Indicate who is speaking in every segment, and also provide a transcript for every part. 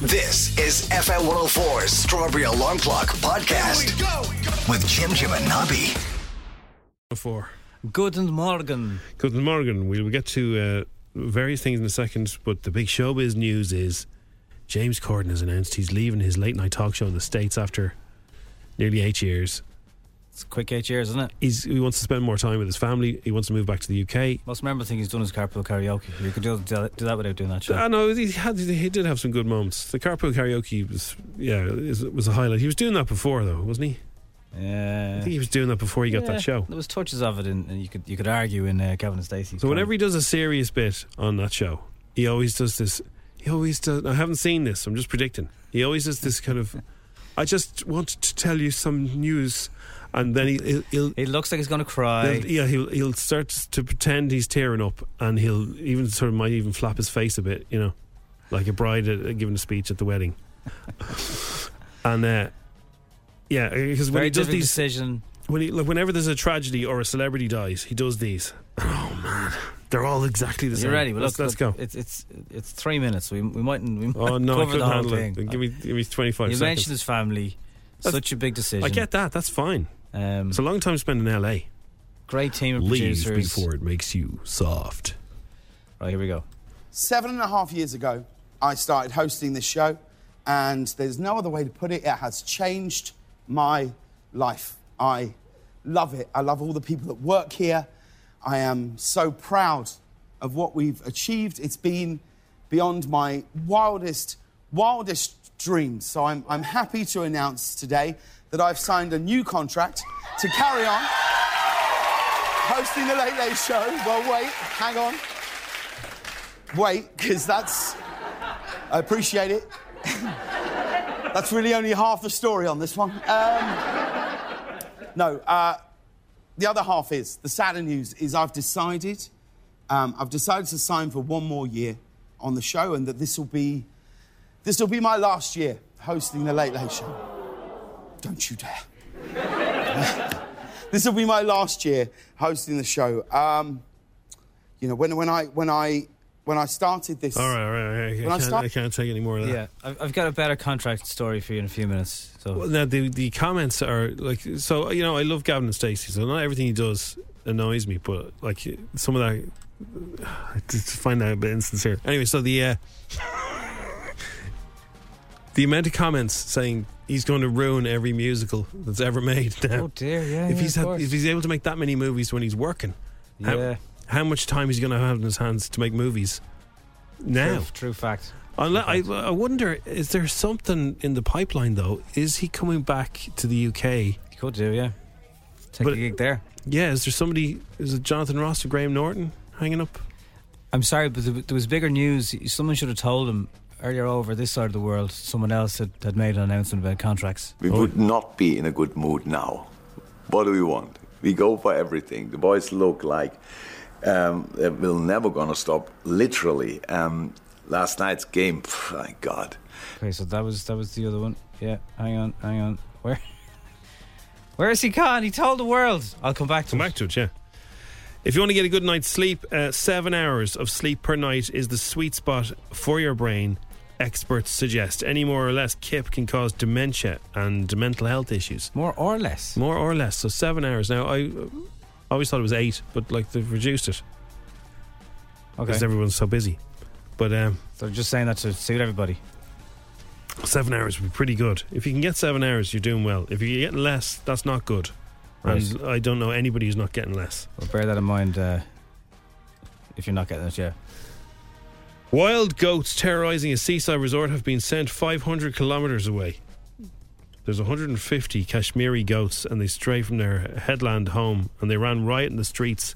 Speaker 1: This is FM 104's Strawberry Alarm Clock Podcast with Jim Jim and Nobby.
Speaker 2: before.
Speaker 3: Guten Morgen.
Speaker 2: Good Morgan, we'll get to uh, various things in a second, but the big showbiz news is James Corden has announced he's leaving his late night talk show in the States after nearly eight years.
Speaker 3: It's a quick eight years, isn't it?
Speaker 2: He's, he wants to spend more time with his family. He wants to move back to the UK.
Speaker 3: Most memorable thing he's done is carpool karaoke. You could do, do that without doing that show.
Speaker 2: I know he had he did have some good moments. The carpool karaoke was yeah is, was a highlight. He was doing that before though, wasn't he? I
Speaker 3: yeah.
Speaker 2: think he was doing that before he got
Speaker 3: Yeah,
Speaker 2: that show.
Speaker 3: There was touches of it, in, and you could you could argue in uh, Gavin and Stacey.
Speaker 2: So whenever he does a serious bit on that show, he always does this. He always does. I haven't seen this. I'm just predicting. He always does this kind of. I just want to tell you some news, and then he, he'll, he'll,
Speaker 3: he looks like he's going to cry.
Speaker 2: he'll yeah he'll he'll start to pretend he's tearing up, and he'll even sort of might even flap his face a bit, you know, like a bride at, at giving a speech at the wedding, and uh, yeah, because when
Speaker 3: Very
Speaker 2: he does
Speaker 3: different
Speaker 2: these
Speaker 3: decision.
Speaker 2: when he, like, whenever there's a tragedy or a celebrity dies, he does these. Oh man, they're all exactly the same.
Speaker 3: You're ready. Well,
Speaker 2: let's,
Speaker 3: look,
Speaker 2: let's
Speaker 3: look,
Speaker 2: go.
Speaker 3: It's it's it's three minutes. We we mightn't we might
Speaker 2: Oh no, I
Speaker 3: cover
Speaker 2: couldn't
Speaker 3: the whole
Speaker 2: handle
Speaker 3: thing.
Speaker 2: it. Give me, give me 25
Speaker 3: you
Speaker 2: seconds.
Speaker 3: mentioned his family.
Speaker 2: That's-
Speaker 3: Such a big decision.
Speaker 2: I get that. That's fine.
Speaker 3: Um,
Speaker 2: It's a long time spent in LA.
Speaker 3: great team of producers.
Speaker 2: it makes you soft.
Speaker 3: Right here we go.
Speaker 4: Seven and a half years ago, I started hosting this show, and there's no other way to put it. It has changed my life. I love it. I love all the people that work here. I am so proud of what we've achieved. It's been beyond my wildest, wildest dreams. So I'm, I'm happy to announce today that I've signed a new contract to carry on hosting the Late Late Show. Well, wait, hang on wait, because that's. I appreciate it. that's really only half the story on this one. Um, no, uh, the other half is the sadder news is I've decided, um, I've decided to sign for one more year on the show, and that this will be, this will be my last year hosting the Late Late Show. Don't you dare. this will be my last year hosting the show. Um, you know, when, when I when I when I started this.
Speaker 2: All right, all right. All right. I,
Speaker 4: I
Speaker 2: can't,
Speaker 4: start-
Speaker 2: I can't take any more of that.
Speaker 3: Yeah, I've, I've got a better contract story for you in a few minutes. So
Speaker 2: Well, now the the comments are like so. You know, I love Gavin and Stacey, so not everything he does annoys me, but like some of that, I just find that a bit insincere. Anyway, so the uh, the amount of comments saying he's going to ruin every musical that's ever made. Now,
Speaker 3: Oh dear, yeah.
Speaker 2: if
Speaker 3: yeah,
Speaker 2: he's
Speaker 3: of
Speaker 2: had,
Speaker 3: course.
Speaker 2: if he's able to make that many movies when he's working, how-
Speaker 3: Yeah.
Speaker 2: how, much time he's going to have in his hands to make movies now?
Speaker 3: true, true fact.
Speaker 2: Unle- I, I wonder, is there something in the pipeline though? Is he coming back to the UK?
Speaker 3: You could do, yeah. Take
Speaker 2: But-
Speaker 3: a gig there.
Speaker 2: Yeah, is there somebody? Is it Jonathan Ross or Graham Norton hanging up?
Speaker 3: I'm sorry, but there there was bigger news. Someone should have told him earlier over this side of the world. Someone else had, had made an announcement about contracts.
Speaker 5: We would not be in a good mood now. What do we want? We go for everything. The boys look like um, uh, we're never gonna stop. Literally, um, last night's game. pff, my God,
Speaker 3: Okay, so that was that was the other one. Yeah, hang on, hang on. Where? Where is he gone? He told the world. I'll come back to
Speaker 2: Come
Speaker 3: him.
Speaker 2: back to it, yeah. If you want to get a good night's sleep, uh, seven hours of sleep per night is the sweet spot for your brain. Experts suggest any more or less kip can cause dementia and mental health issues.
Speaker 3: More or less.
Speaker 2: More or less, so seven hours. Now, I I always thought it was eight, but like they've reduced it
Speaker 3: Okay.
Speaker 2: because everyone's so busy. But um,
Speaker 3: so just saying that to suit everybody.
Speaker 2: seven hours would be pretty good. If you can get seven hours, you're doing well. If you're getting less, that's not good. And I don't know anybody who's not getting less.
Speaker 3: Well, bear that in mind uh, if you're not getting it, yeah.
Speaker 2: Wild goats terrorizing a seaside resort have been sent 500 kilometers away. There's 150 Kashmiri goats, and they stray from their headland home, and they ran riot in the streets,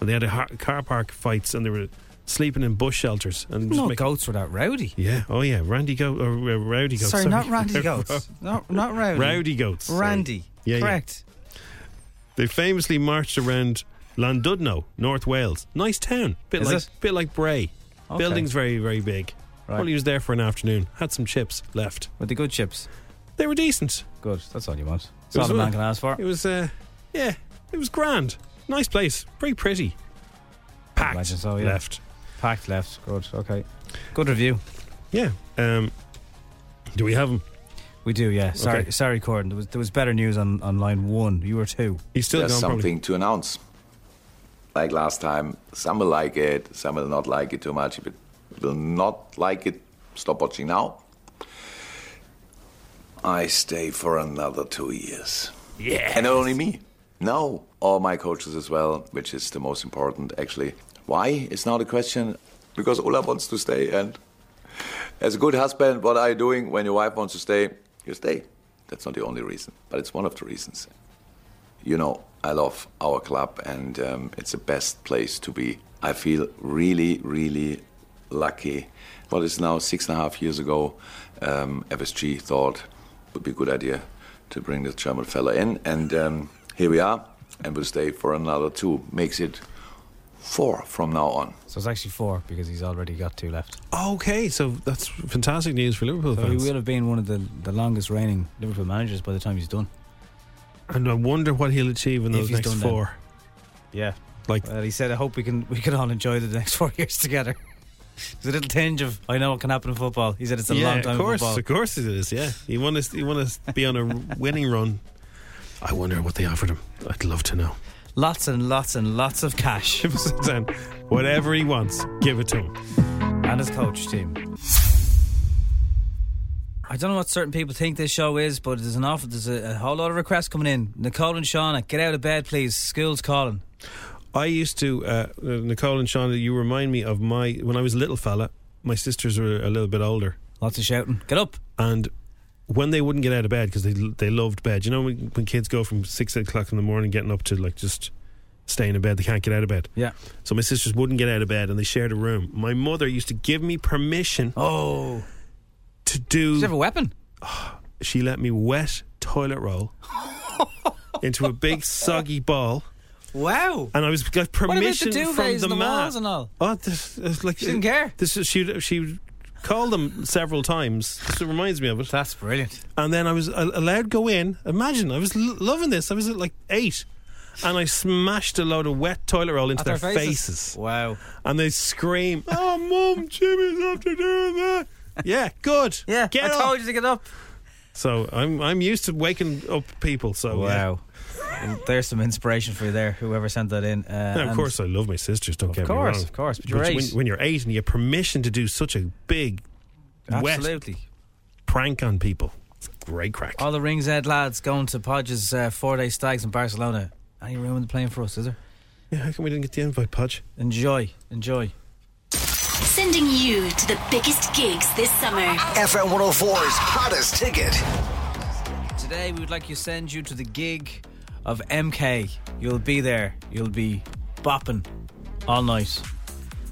Speaker 2: and they had a ha- car park fights, and they were sleeping in bush shelters, and just
Speaker 3: No
Speaker 2: make-
Speaker 3: goats were that rowdy.
Speaker 2: yeah, oh yeah, Randy goat or uh, rowdy goats.
Speaker 3: Sorry, not Randy goats. not, not rowdy.
Speaker 2: Rowdy goats. sorry.
Speaker 3: Randy.
Speaker 2: Yeah, yeah.
Speaker 3: Correct.
Speaker 2: They famously marched around Landudno, North Wales. Nice town. Bit
Speaker 3: Is
Speaker 2: like
Speaker 3: it?
Speaker 2: bit like Bray.
Speaker 3: Okay.
Speaker 2: Buildings very, very big.
Speaker 3: Right.
Speaker 2: Probably was there for an afternoon. Had some chips left.
Speaker 3: With the good chips.
Speaker 2: They were decent.
Speaker 3: Good. That's all you want. That's
Speaker 2: It
Speaker 3: all
Speaker 2: was
Speaker 3: a man
Speaker 2: good.
Speaker 3: can ask for.
Speaker 2: It was uh yeah, it was grand. Nice place. Very pretty. Packed
Speaker 3: imagine so, yeah.
Speaker 2: left.
Speaker 3: Packed left. Good. Okay. Good review.
Speaker 2: Yeah. Um do we have him?
Speaker 3: We do, yeah. Sorry,
Speaker 2: Okay.
Speaker 3: sorry, Corden. There was, there was better news on, on line one. You were two.
Speaker 2: He's still
Speaker 5: There's
Speaker 2: gone probably.
Speaker 5: something to announce. Like last time, some will like it, some will not like it too much. If it will not like it, stop watching now. I stay for another two years. Yeah. And not only me. No, all my coaches as well, which is the most important actually. Why is now the question? Because Ola wants to stay and as a good husband, what are you doing when your wife wants to stay? You stay. That's not the only reason, but it's one of the reasons you know, I love our club and um, it's the best place to be. I feel really, really lucky. What is now six and a half years ago, um, FSG thought would be a good idea to bring this German fella in, and um, here we are, and we'll stay for another two. Makes it four from now on.
Speaker 3: So it's actually four because he's already got two left.
Speaker 2: Okay, so that's fantastic news for Liverpool
Speaker 3: So he
Speaker 2: fans.
Speaker 3: will have been one of the, the longest reigning Liverpool managers by the time he's done.
Speaker 2: And I wonder what he'll achieve in
Speaker 3: If
Speaker 2: those
Speaker 3: he's
Speaker 2: next
Speaker 3: done then.
Speaker 2: four.
Speaker 3: Yeah.
Speaker 2: Like
Speaker 3: Well, he said, I hope we can we can all enjoy the next four years together. There's a little tinge of, I know what can happen in football. He said it's a long time
Speaker 2: Of
Speaker 3: in
Speaker 2: course,
Speaker 3: football.
Speaker 2: of course it is. Yeah, you want to you want to be on a winning run. I wonder what they offered him. I'd love to know.
Speaker 3: Lots and lots and lots of cash.
Speaker 2: Give us a ten. Whatever he wants, give it to him.
Speaker 3: and his coach team. I don't know what certain people think this show is, but there's an awful, there's a, a whole lot of requests coming in. Nicole and Shauna, get out of bed, please. School's calling.
Speaker 2: I used to uh, Nicole and Sean. You remind me of my when I was a little fella. My sisters were a little bit older,
Speaker 3: Lots of shouting. Get up.
Speaker 2: and when they wouldn't get out of bed because they they loved bed. You know when, when kids go from six eight o'clock in the morning getting up to like just staying in bed, they can't get out of bed.
Speaker 3: Yeah.
Speaker 2: So my sisters wouldn't get out of bed, and they shared a room. My mother used to give me permission
Speaker 3: Oh,
Speaker 2: to do.
Speaker 3: does he have a weapon?
Speaker 2: she let me wet toilet roll into a big soggy ball,
Speaker 3: Wow.
Speaker 2: and I was got
Speaker 3: about the
Speaker 2: permission from
Speaker 3: duvets
Speaker 2: the
Speaker 3: and the
Speaker 2: man.
Speaker 3: walls and all?
Speaker 2: Oh, this, it's like
Speaker 3: She didn't care.
Speaker 2: This is, she she called them several times. This reminds me of it.
Speaker 3: That's brilliant.
Speaker 2: And then I was a- allowed go in. Imagine I was l- loving this. I was at like eight. And I smashed a load of wet toilet roll into
Speaker 3: At
Speaker 2: their,
Speaker 3: their
Speaker 2: faces.
Speaker 3: Wow.
Speaker 2: and they scream, "Oh, mum, Jimmy's after doing that." Yeah, good.
Speaker 3: Yeah,
Speaker 2: get
Speaker 3: I
Speaker 2: up.
Speaker 3: told you to get up.
Speaker 2: So I'm I'm used to waking up people. So yeah.
Speaker 3: Wow. And There's some inspiration for you there, whoever sent that in. Uh,
Speaker 2: Now, of
Speaker 3: and-
Speaker 2: course, I love my sisters. Don't get
Speaker 3: course,
Speaker 2: me wrong.
Speaker 3: of course, but you're eight.
Speaker 2: When, when you're eight and you have permission to do such a big, wet
Speaker 3: Absolutely.
Speaker 2: prank on people, it's great crack.
Speaker 3: All the Rings Ed lads going to Podge's uh, four day stags in Barcelona. Any room in the plane for us, is there?
Speaker 2: yeah, how come we didn't get the invite, Podge?
Speaker 3: Enjoy. Enjoy.
Speaker 6: Sending you to the biggest gigs this summer.
Speaker 1: FM 104's hottest ticket.
Speaker 3: Today we would like to send you to the gig of MK. You'll be there. You'll be bopping all night.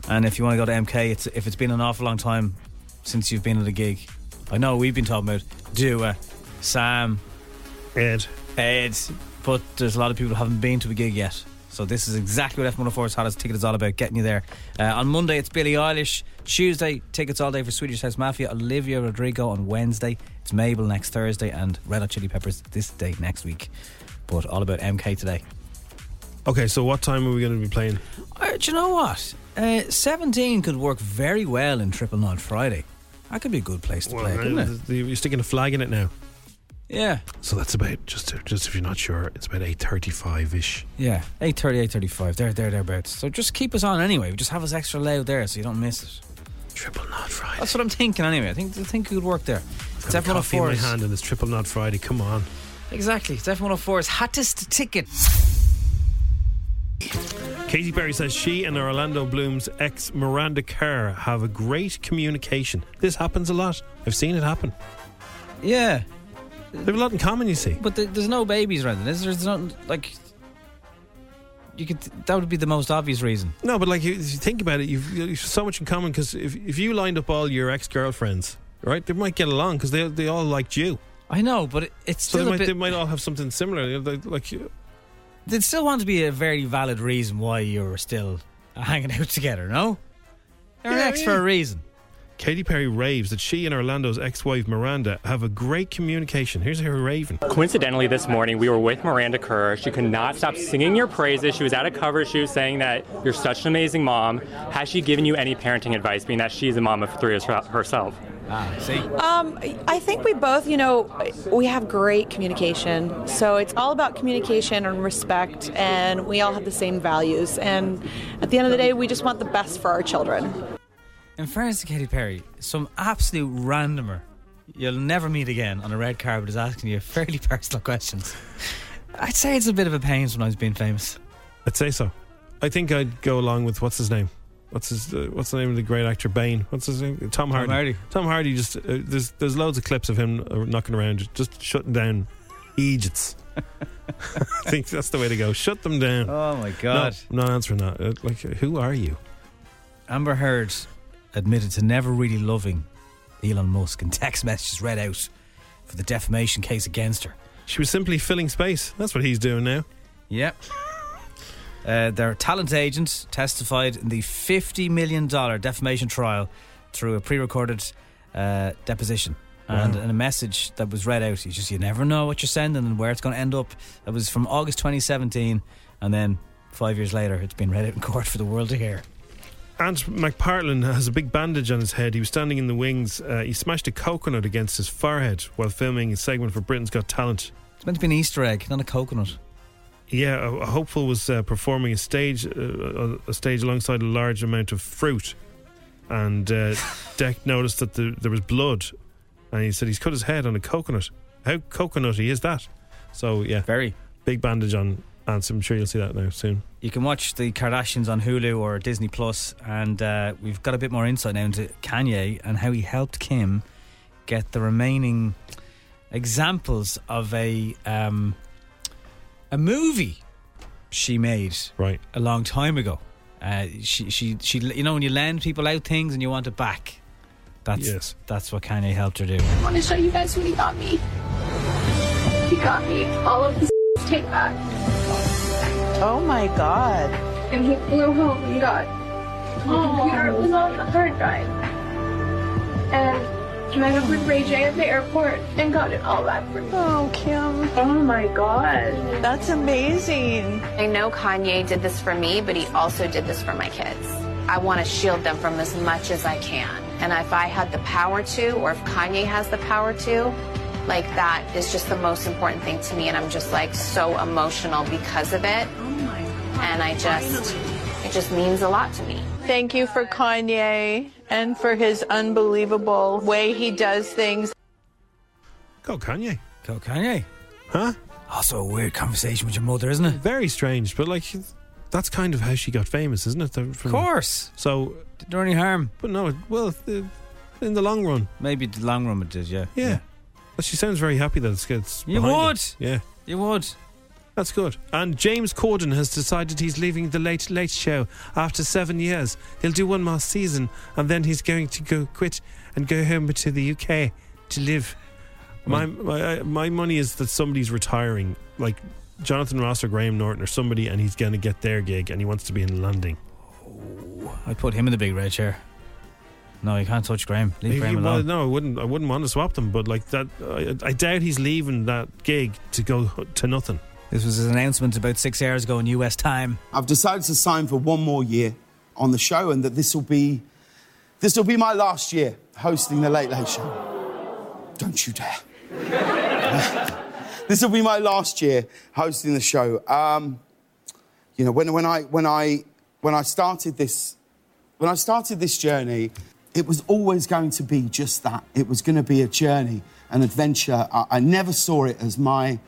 Speaker 3: And if you want to go to MK, it's, if it's been an awful long time since you've been at a gig, I know we've been talking about Dua, Sam,
Speaker 2: Ed,
Speaker 3: Ed, but there's a lot of people who haven't been to a gig yet. So this is exactly what F104's hottest ticket is all about, getting you there. Uh, on Monday it's Billie Eilish. Tuesday tickets all day for Swedish House Mafia. Olivia Rodrigo on Wednesday. It's Mabel next Thursday, and Red Hot Chili Peppers this day next week. But all about MK today.
Speaker 2: okay, so what time are we going to be playing?
Speaker 3: Uh, do you know what? Uh, 17 could work very well
Speaker 2: uh,
Speaker 3: in Triple Nine Friday. That could be a good place to play, couldn't it?
Speaker 2: you're sticking a flag in it now.
Speaker 3: Yeah.
Speaker 2: So that's about just to, just if you're not sure, it's about eight thirty-five ish.
Speaker 3: Yeah, 8.30, 8.35, there, there, thereabouts. So just keep us on anyway. Just have us extra loud there so you don't miss it.
Speaker 2: Triple Knot Friday.
Speaker 3: That's what I'm thinking anyway. I think I think it would work there. It's
Speaker 2: Got a coffee in my
Speaker 3: F104's.
Speaker 2: hand and it's Triple Knot Friday. Come on.
Speaker 3: Exactly. It's F104's hottest ticket.
Speaker 2: Katy Perry says she and Orlando Bloom's ex Miranda Kerr have a great communication. This happens a lot. I've seen it happen.
Speaker 3: Yeah.
Speaker 2: They have a lot in common, you see.
Speaker 3: But there- there's no babies or anything. Is there? There's no, like, you could, that would be the most obvious reason.
Speaker 2: No, but like you, if you think about it, you've, you've so much in common because if, if you lined up all your ex girlfriends, right, they might get along because they they all liked you.
Speaker 3: I know, but it, it's
Speaker 2: So
Speaker 3: still
Speaker 2: they
Speaker 3: a
Speaker 2: might
Speaker 3: bit,
Speaker 2: they might all have something similar. You know, they- Like you-
Speaker 3: there'd still want to be a very valid reason why you're still hanging out together, no? They're
Speaker 2: Yeah,
Speaker 3: an ex
Speaker 2: yeah.
Speaker 3: for a reason.
Speaker 2: Katy Perry raves that she and Orlando's ex-wife Miranda have a great communication. Here's her raving.
Speaker 7: Coincidentally, this morning we were with Miranda Kerr. She could not stop singing your praises. She was at a cover shoot saying that you're such an amazing mom. Has she given you any parenting advice, being that she's a mom of three her- herself?
Speaker 3: Ah, see?
Speaker 8: Um, I think we both, you know, we have great communication. So it's all about communication and respect, and we all have the same values. And at the end of the day, we just want the best for our children.
Speaker 3: In fairness to Katy Perry, some absolute randomer you'll never meet again on a red carpet is asking you fairly personal questions. I'd say it's a bit of a pain sometimes being famous.
Speaker 2: I'd say so. I think I'd go along with what's his name. What's his? Uh, what's the name of the great actor Bane? What's his name? Tom Hardy.
Speaker 3: Hardy.
Speaker 2: Tom Hardy Just uh, there's there's loads of clips of him uh, knocking around, just shutting down idiots. I think that's the way to go. Shut them down.
Speaker 3: Oh my
Speaker 2: no, I'm not answering that. Uh, Like, uh, who are you?
Speaker 3: Amber Heard admitted to never really loving Elon Musk in text messages read out for the defamation case against her.
Speaker 2: She was simply filling space. That's what he's doing now.
Speaker 3: Yep. Uh, their talent agent testified in the $50 million defamation trial through a pre recorded uh, deposition. And, and a message that was read out. You just you never know what you're sending and where it's going to end up. That was from August 2017, and then five years later, it's been read out in court for the world to hear.
Speaker 2: Ant McPartlin has a big bandage on his head. He was standing in the wings. Uh, he smashed a coconut against his forehead while filming a segment for Britain's Got Talent.
Speaker 3: It's meant to be an Easter egg, not a coconut.
Speaker 2: Yeah, a, a hopeful was uh, performing a stage uh, a- a stage alongside a large amount of fruit, and uh, Deck noticed that the, there was blood, and he said he's cut his head on a coconut. How coconutty is that? So yeah,
Speaker 3: Very.
Speaker 2: big bandage on Ants. I'm sure you'll see that now soon.
Speaker 3: You can watch the Kardashians on Hulu or Disney Plus, and uh, we've got a bit more insight now into Kanye and how he helped Kim get the remaining examples of a um, a movie she made
Speaker 2: Right.
Speaker 3: a long time ago. Uh, she, she, she, you know, when you lend people out things and you want it back, that's
Speaker 2: Yes.
Speaker 3: that's what Kanye helped her do.
Speaker 9: I want to show you guys what he got me. He got me all of this tape back.
Speaker 8: Oh my God.
Speaker 9: And he flew home and got my computer Oh. was on the hard drive. And met up with Ray J at the airport and got it all back for me.
Speaker 8: Oh, Kim.
Speaker 9: Oh my god.
Speaker 8: That's amazing.
Speaker 6: I know Kanye did this for me, but he also did this for my kids. I want to shield them from as much as I can. And if I had the power to, or if Kanye has the power to, like that is just the most important thing to me. And I'm just like so emotional because of it. And I just, it just means a lot to me.
Speaker 8: Thank you for Kanye and for his unbelievable way he does things.
Speaker 3: Oh,
Speaker 2: Go Kanye,
Speaker 3: Go Kanye.
Speaker 2: huh?
Speaker 3: Also, a weird conversation with your mother, isn't it?
Speaker 2: Very strange, but like that's kind of how she got famous, isn't it?
Speaker 3: Of course,
Speaker 2: So,
Speaker 3: did do any harm.
Speaker 2: but no, well, uh, in the long run,
Speaker 3: Maybe the long run it did, yeah.
Speaker 2: yeah. But she sounds very happy that it's it's.
Speaker 3: You
Speaker 2: behind her.
Speaker 3: would.
Speaker 2: yeah.
Speaker 3: You would.
Speaker 2: That's good. And James Corden has decided he's leaving the Late Late Show after seven years. He'll do one more season, and then he's going to go quit and go home to the UK to live.
Speaker 3: Mm.
Speaker 2: My my I- my money is that somebody's retiring, like Jonathan Ross or Graham Norton or somebody, and he's going to get their gig, and he wants to be in London.
Speaker 3: I'd put him in the big red chair. No, you can't touch Graham. Leave Graham
Speaker 2: well,
Speaker 3: alone.
Speaker 2: no, I wouldn't. I wouldn't want to swap them, but like that, I, I doubt he's leaving that gig to go to nothing.
Speaker 3: This was his announcement about six hours ago in US time.
Speaker 4: I've decided to sign for one more year on the show, and that this will be this will be my last year hosting the Late Late Show. Don't you dare! this will be my last year hosting the show. Um, you know, when, when, I, when, I, when I started this, when I started this journey, it was always going to be just that. It was going to be a journey, an adventure. I, I never saw it as my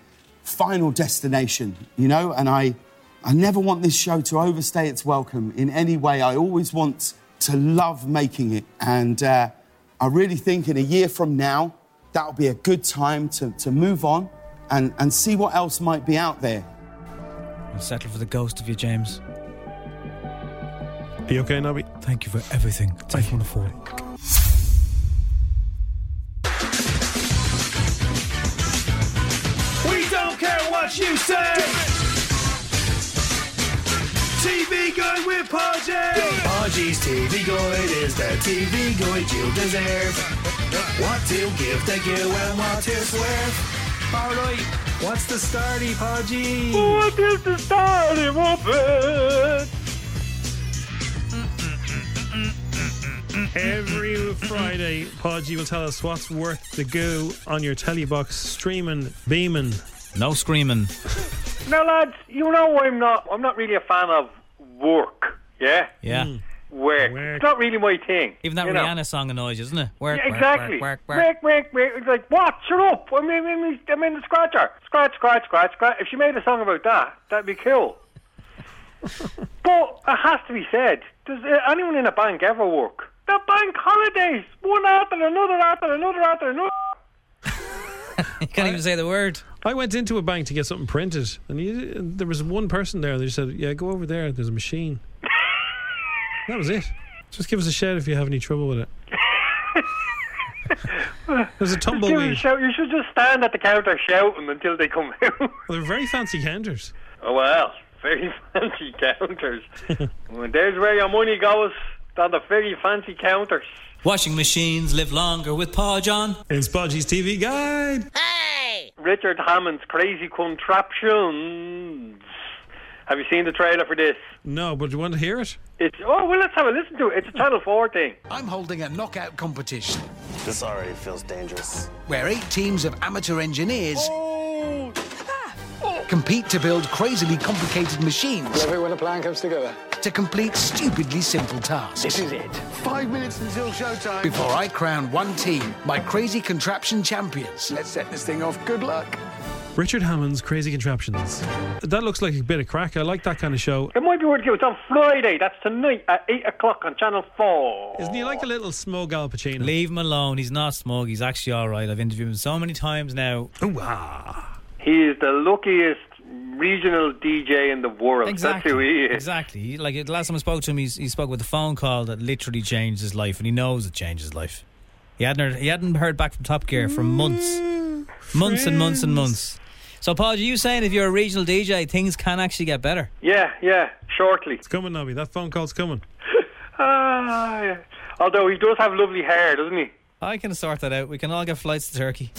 Speaker 4: final destination, you know, and I, I never want this show to overstay its welcome in any way. I always want to love making it. And uh, I really think in a year from now, that'll be a good time to, to move on and, and see what else might be out there.
Speaker 3: I'll settle for the ghost of you, James.
Speaker 2: Are you okay, Nobby?
Speaker 3: Thank you for everything. Thank you. Wonderful.
Speaker 10: We don't care what you say. TV Guide with Podgy. Podgy's TV Guide is the TV Guide you deserve. What to give to you and what to swerve. All right, what's the starty, Podgy? What is the starty, Muppet?
Speaker 2: Every Friday, Podgy will tell us what's worth the goo on your telly box, streaming, beaming.
Speaker 3: No screaming.
Speaker 11: Now, lads, you know I'm not. I'm not really a fan of work. Yeah.
Speaker 3: Yeah.
Speaker 11: Work. It's not really my thing.
Speaker 3: Even that
Speaker 11: you know.
Speaker 3: Rihanna song annoys you, isn't it? Work,
Speaker 11: Yeah,
Speaker 3: work,
Speaker 11: exactly.
Speaker 3: work, work, work.
Speaker 11: Work, work, work. It's like, what? Shut up. I mean, I mean, I mean the scratcher. Scratch, scratch, scratch, scratch. If she made a song about that, that'd be cool. but it has to be said. Does uh, anyone in a bank ever work? The bank holidays, one after another, after another, after another.
Speaker 2: You
Speaker 3: can't even say the word.
Speaker 2: I went into a bank to get something printed, and you, there was one person there. They said, "Yeah, go over there. There's a machine." that was it. Just give us a shout if you have any trouble with it. There's a
Speaker 11: Just give it a
Speaker 2: tumbleweed.
Speaker 11: shout. You should just stand at the counter shouting until they come out.
Speaker 2: They're very fancy counters.
Speaker 11: Oh well, very fancy counters. Well, There's where your money goes. On the very fancy counters.
Speaker 3: Washing machines live longer with Paw John.
Speaker 2: It's Podgy's TV Guide.
Speaker 11: Richard Hammond's crazy contraptions. Have you seen the trailer for this?
Speaker 2: No, but do you want to hear it?
Speaker 11: It's oh well, let's have a listen to it. It's a Channel Four thing.
Speaker 10: I'm holding a knockout competition
Speaker 12: This already feels dangerous.
Speaker 10: where eight teams of amateur engineers
Speaker 13: Oh.
Speaker 10: compete to build crazily complicated machines
Speaker 13: Every when a plan comes together.
Speaker 10: to complete stupidly simple tasks. This is it.
Speaker 13: Five minutes until showtime.
Speaker 10: Before I crown one team my crazy contraption champions.
Speaker 13: Let's set this thing off. Good luck.
Speaker 2: Richard Hammond's Crazy Contraptions. That looks like a bit of crack. I like that kind of show.
Speaker 11: It might be worth it. It's on Friday. That's tonight at eight o'clock on Channel Four.
Speaker 2: Isn't he like a little smug Al Pacino?
Speaker 3: Leave him alone. He's not smug. He's actually all right. I've interviewed him so many times now.
Speaker 11: He is the luckiest regional DJ in the world. That's who he is.
Speaker 3: Exactly. He- Like the last time I spoke to him, he's, he spoke with a phone call that literally changed his life, and he knows it changed his life. He hadn't heard, he hadn't heard back from Top Gear for months, months and months and months. So, Paul, are you saying if you're a regional DJ, things can actually get better?
Speaker 11: Yeah, yeah. Shortly.
Speaker 2: It's coming, Nobby. That phone call's coming.
Speaker 11: Ah, yeah. Although he does have lovely hair, doesn't he?
Speaker 3: I can sort that out. We can all get flights to Turkey.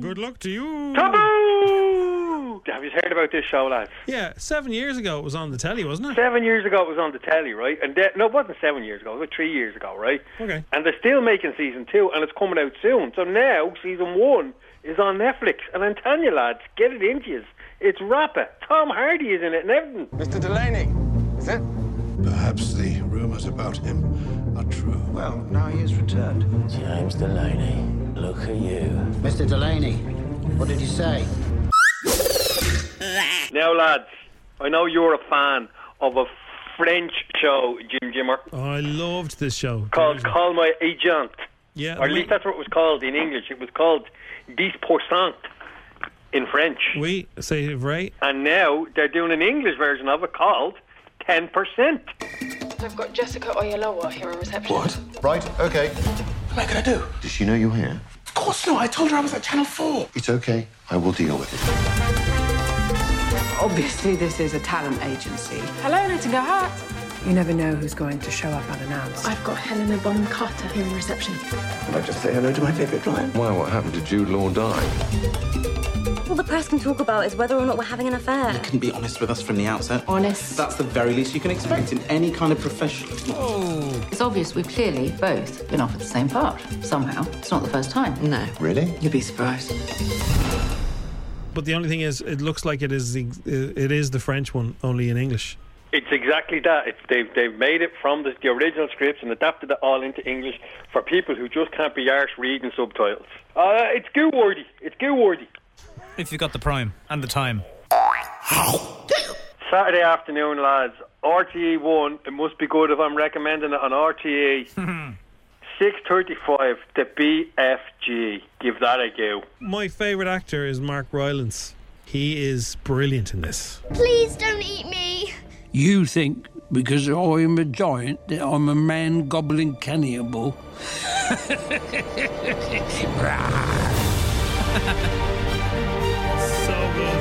Speaker 2: Good luck to you.
Speaker 11: Taboo! Have you heard about this show, lads?
Speaker 2: Yeah, seven years ago it was on the telly, wasn't it?
Speaker 11: Seven years ago, it was on the telly, right? And they, no, it wasn't seven years ago. It was about three years ago, right?
Speaker 2: Okay.
Speaker 11: And they're still making season two, and it's coming out soon. So now season one is on Netflix, and I'm telling you, lads, get it into you. It's rapper. Tom Hardy is in it and everything.
Speaker 13: Mr. Delaney, is it?
Speaker 14: Perhaps the rumors about him are true.
Speaker 13: Well, now he has returned.
Speaker 12: James Delaney, look at you.
Speaker 13: Mr. Delaney, what did you say?
Speaker 11: Now, lads, I know you're a fan of a French show, Jim Jimmer,
Speaker 2: Oh, I loved this show.
Speaker 11: called Call My Agent.
Speaker 2: Yeah,
Speaker 11: Or at least that's what it was called in English. It was called Dix Pourcent in French.
Speaker 2: we say it right.
Speaker 11: And now they're doing an English version of it called 10%.
Speaker 9: I've got Jessica Oyaloa here on reception.
Speaker 14: Right, okay. What am I gonna do? Does she know you're here?
Speaker 9: Of course not. I told her I was at Channel 4.
Speaker 14: It's okay. I will deal with it.
Speaker 15: Obviously, this is a talent agency.
Speaker 9: Hello, Nottingham Heart.
Speaker 15: You never know who's going to show up unannounced.
Speaker 9: I've got Helena Bonham Carter here in reception.
Speaker 14: Can I just say hello to my favourite client? Why, what happened to Jude Law die?
Speaker 16: All the press can talk about is whether or not we're having an affair.
Speaker 17: Can be honest with us from the outset. Honest. That's the very least you can expect in any kind of profession.
Speaker 18: Oh. It's obvious we've clearly both been offered the same part somehow. It's not the first time. No.
Speaker 17: Really?
Speaker 18: You'd be surprised.
Speaker 2: But the only thing is, it looks like it is the, it is the French one, only in English.
Speaker 11: It's exactly that. It's, they've, they've made it from the, the original scripts and adapted it all into English for people who just can't be arse reading subtitles. Uh, it's goo worthy. It's goo worthy.
Speaker 3: If you got the prime and the time.
Speaker 11: Saturday afternoon, lads. RTE one. It must be good if I'm recommending it on RTE. Six thirty-five. The BFG. Give that a go.
Speaker 2: My favourite actor is Mark Rylance. He is brilliant in this.
Speaker 19: Please don't eat me.
Speaker 20: You think because I'm a giant that I'm a man goblin cannibal?
Speaker 2: so good.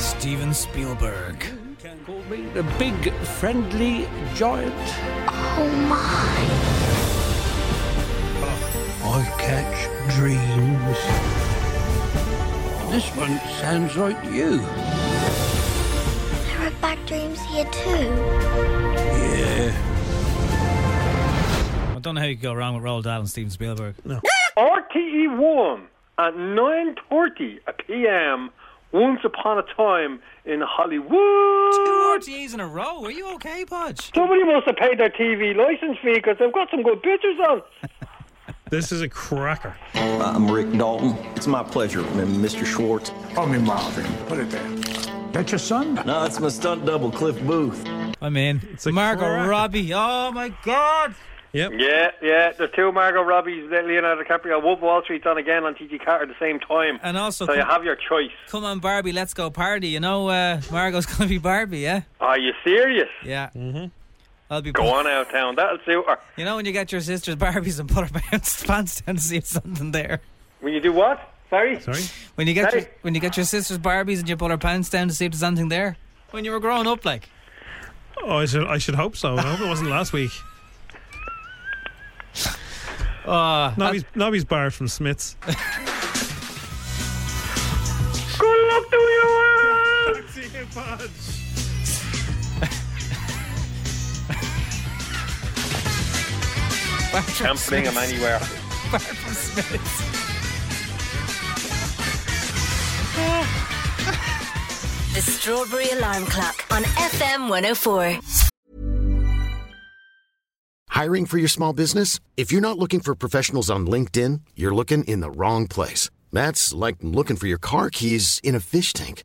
Speaker 3: Steven Spielberg.
Speaker 20: A big friendly giant.
Speaker 19: Oh my.
Speaker 20: I catch dreams. This one sounds like you.
Speaker 19: There are bad dreams here too.
Speaker 20: Yeah.
Speaker 3: I don't know how you could go wrong with Roald Dahl and Steven Spielberg. No.
Speaker 11: RTE one E at nine thirty p.m. Once upon a time in Hollywood.
Speaker 3: Two E RTEs in a row. Are you okay, Podge?
Speaker 11: Somebody must have paid their TV license fee because they've got some good pictures on.
Speaker 2: This is a cracker.
Speaker 17: I'm Rick Dalton. It's my pleasure, M- Mr. Schwartz. I'm in Marvin. Put it there. That's your son? No, it's my stunt double, Cliff Booth.
Speaker 3: I'm in. Margot Robbie. Oh my God.
Speaker 2: Yep.
Speaker 11: Yeah, yeah. There's two Margot Robbies, Leonardo DiCaprio. Wolf of Wall Street's on again on T.G. Carter at the same time.
Speaker 3: And also,
Speaker 11: so you
Speaker 3: come-
Speaker 11: have your choice.
Speaker 3: Come on, Barbie, let's go party. You know, uh, Margot's going to be Barbie, yeah?
Speaker 11: Are you serious?
Speaker 3: Yeah. Mm-hmm. I'll be
Speaker 11: Go on out of town. That'll suit her.
Speaker 3: You know, when you get your sister's Barbies and put her pants, pants down to see if something there.
Speaker 11: When you do what? Sorry?
Speaker 2: Sorry?
Speaker 3: When you get your,
Speaker 11: Hey.
Speaker 3: when you get your sister's Barbies and you put her pants down to see if there's anything there. When you were growing up, like.
Speaker 2: Oh, I should, I should hope so. I hope it wasn't last week.
Speaker 3: Uh,
Speaker 2: now, he's, now he's barred from Smith's.
Speaker 11: Good luck to you! uh. Can't fling him anywhere.
Speaker 3: Barbara Smith.
Speaker 21: The Strawberry Alarm Clock on FM 104.
Speaker 22: Hiring for your small business? If you're not looking for professionals on LinkedIn, you're looking in the wrong place. That's like looking for your car keys in a fish tank.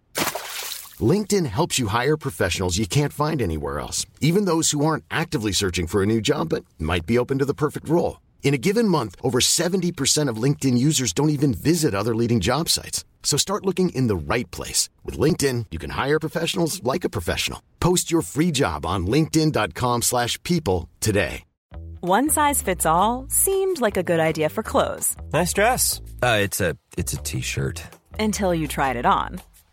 Speaker 22: LinkedIn helps you hire professionals you can't find anywhere else, even those who aren't actively searching for a new job but might be open to the perfect role. In a given month, over 70% of LinkedIn users don't even visit other leading job sites. So start looking in the right place. With LinkedIn, you can hire professionals like a professional. Post your free job on linkedin.com/people slash people today.
Speaker 23: One size fits all seemed like a good idea for clothes
Speaker 24: Nice dress. Uh, it's a it's a t-shirt.
Speaker 23: until you tried it on.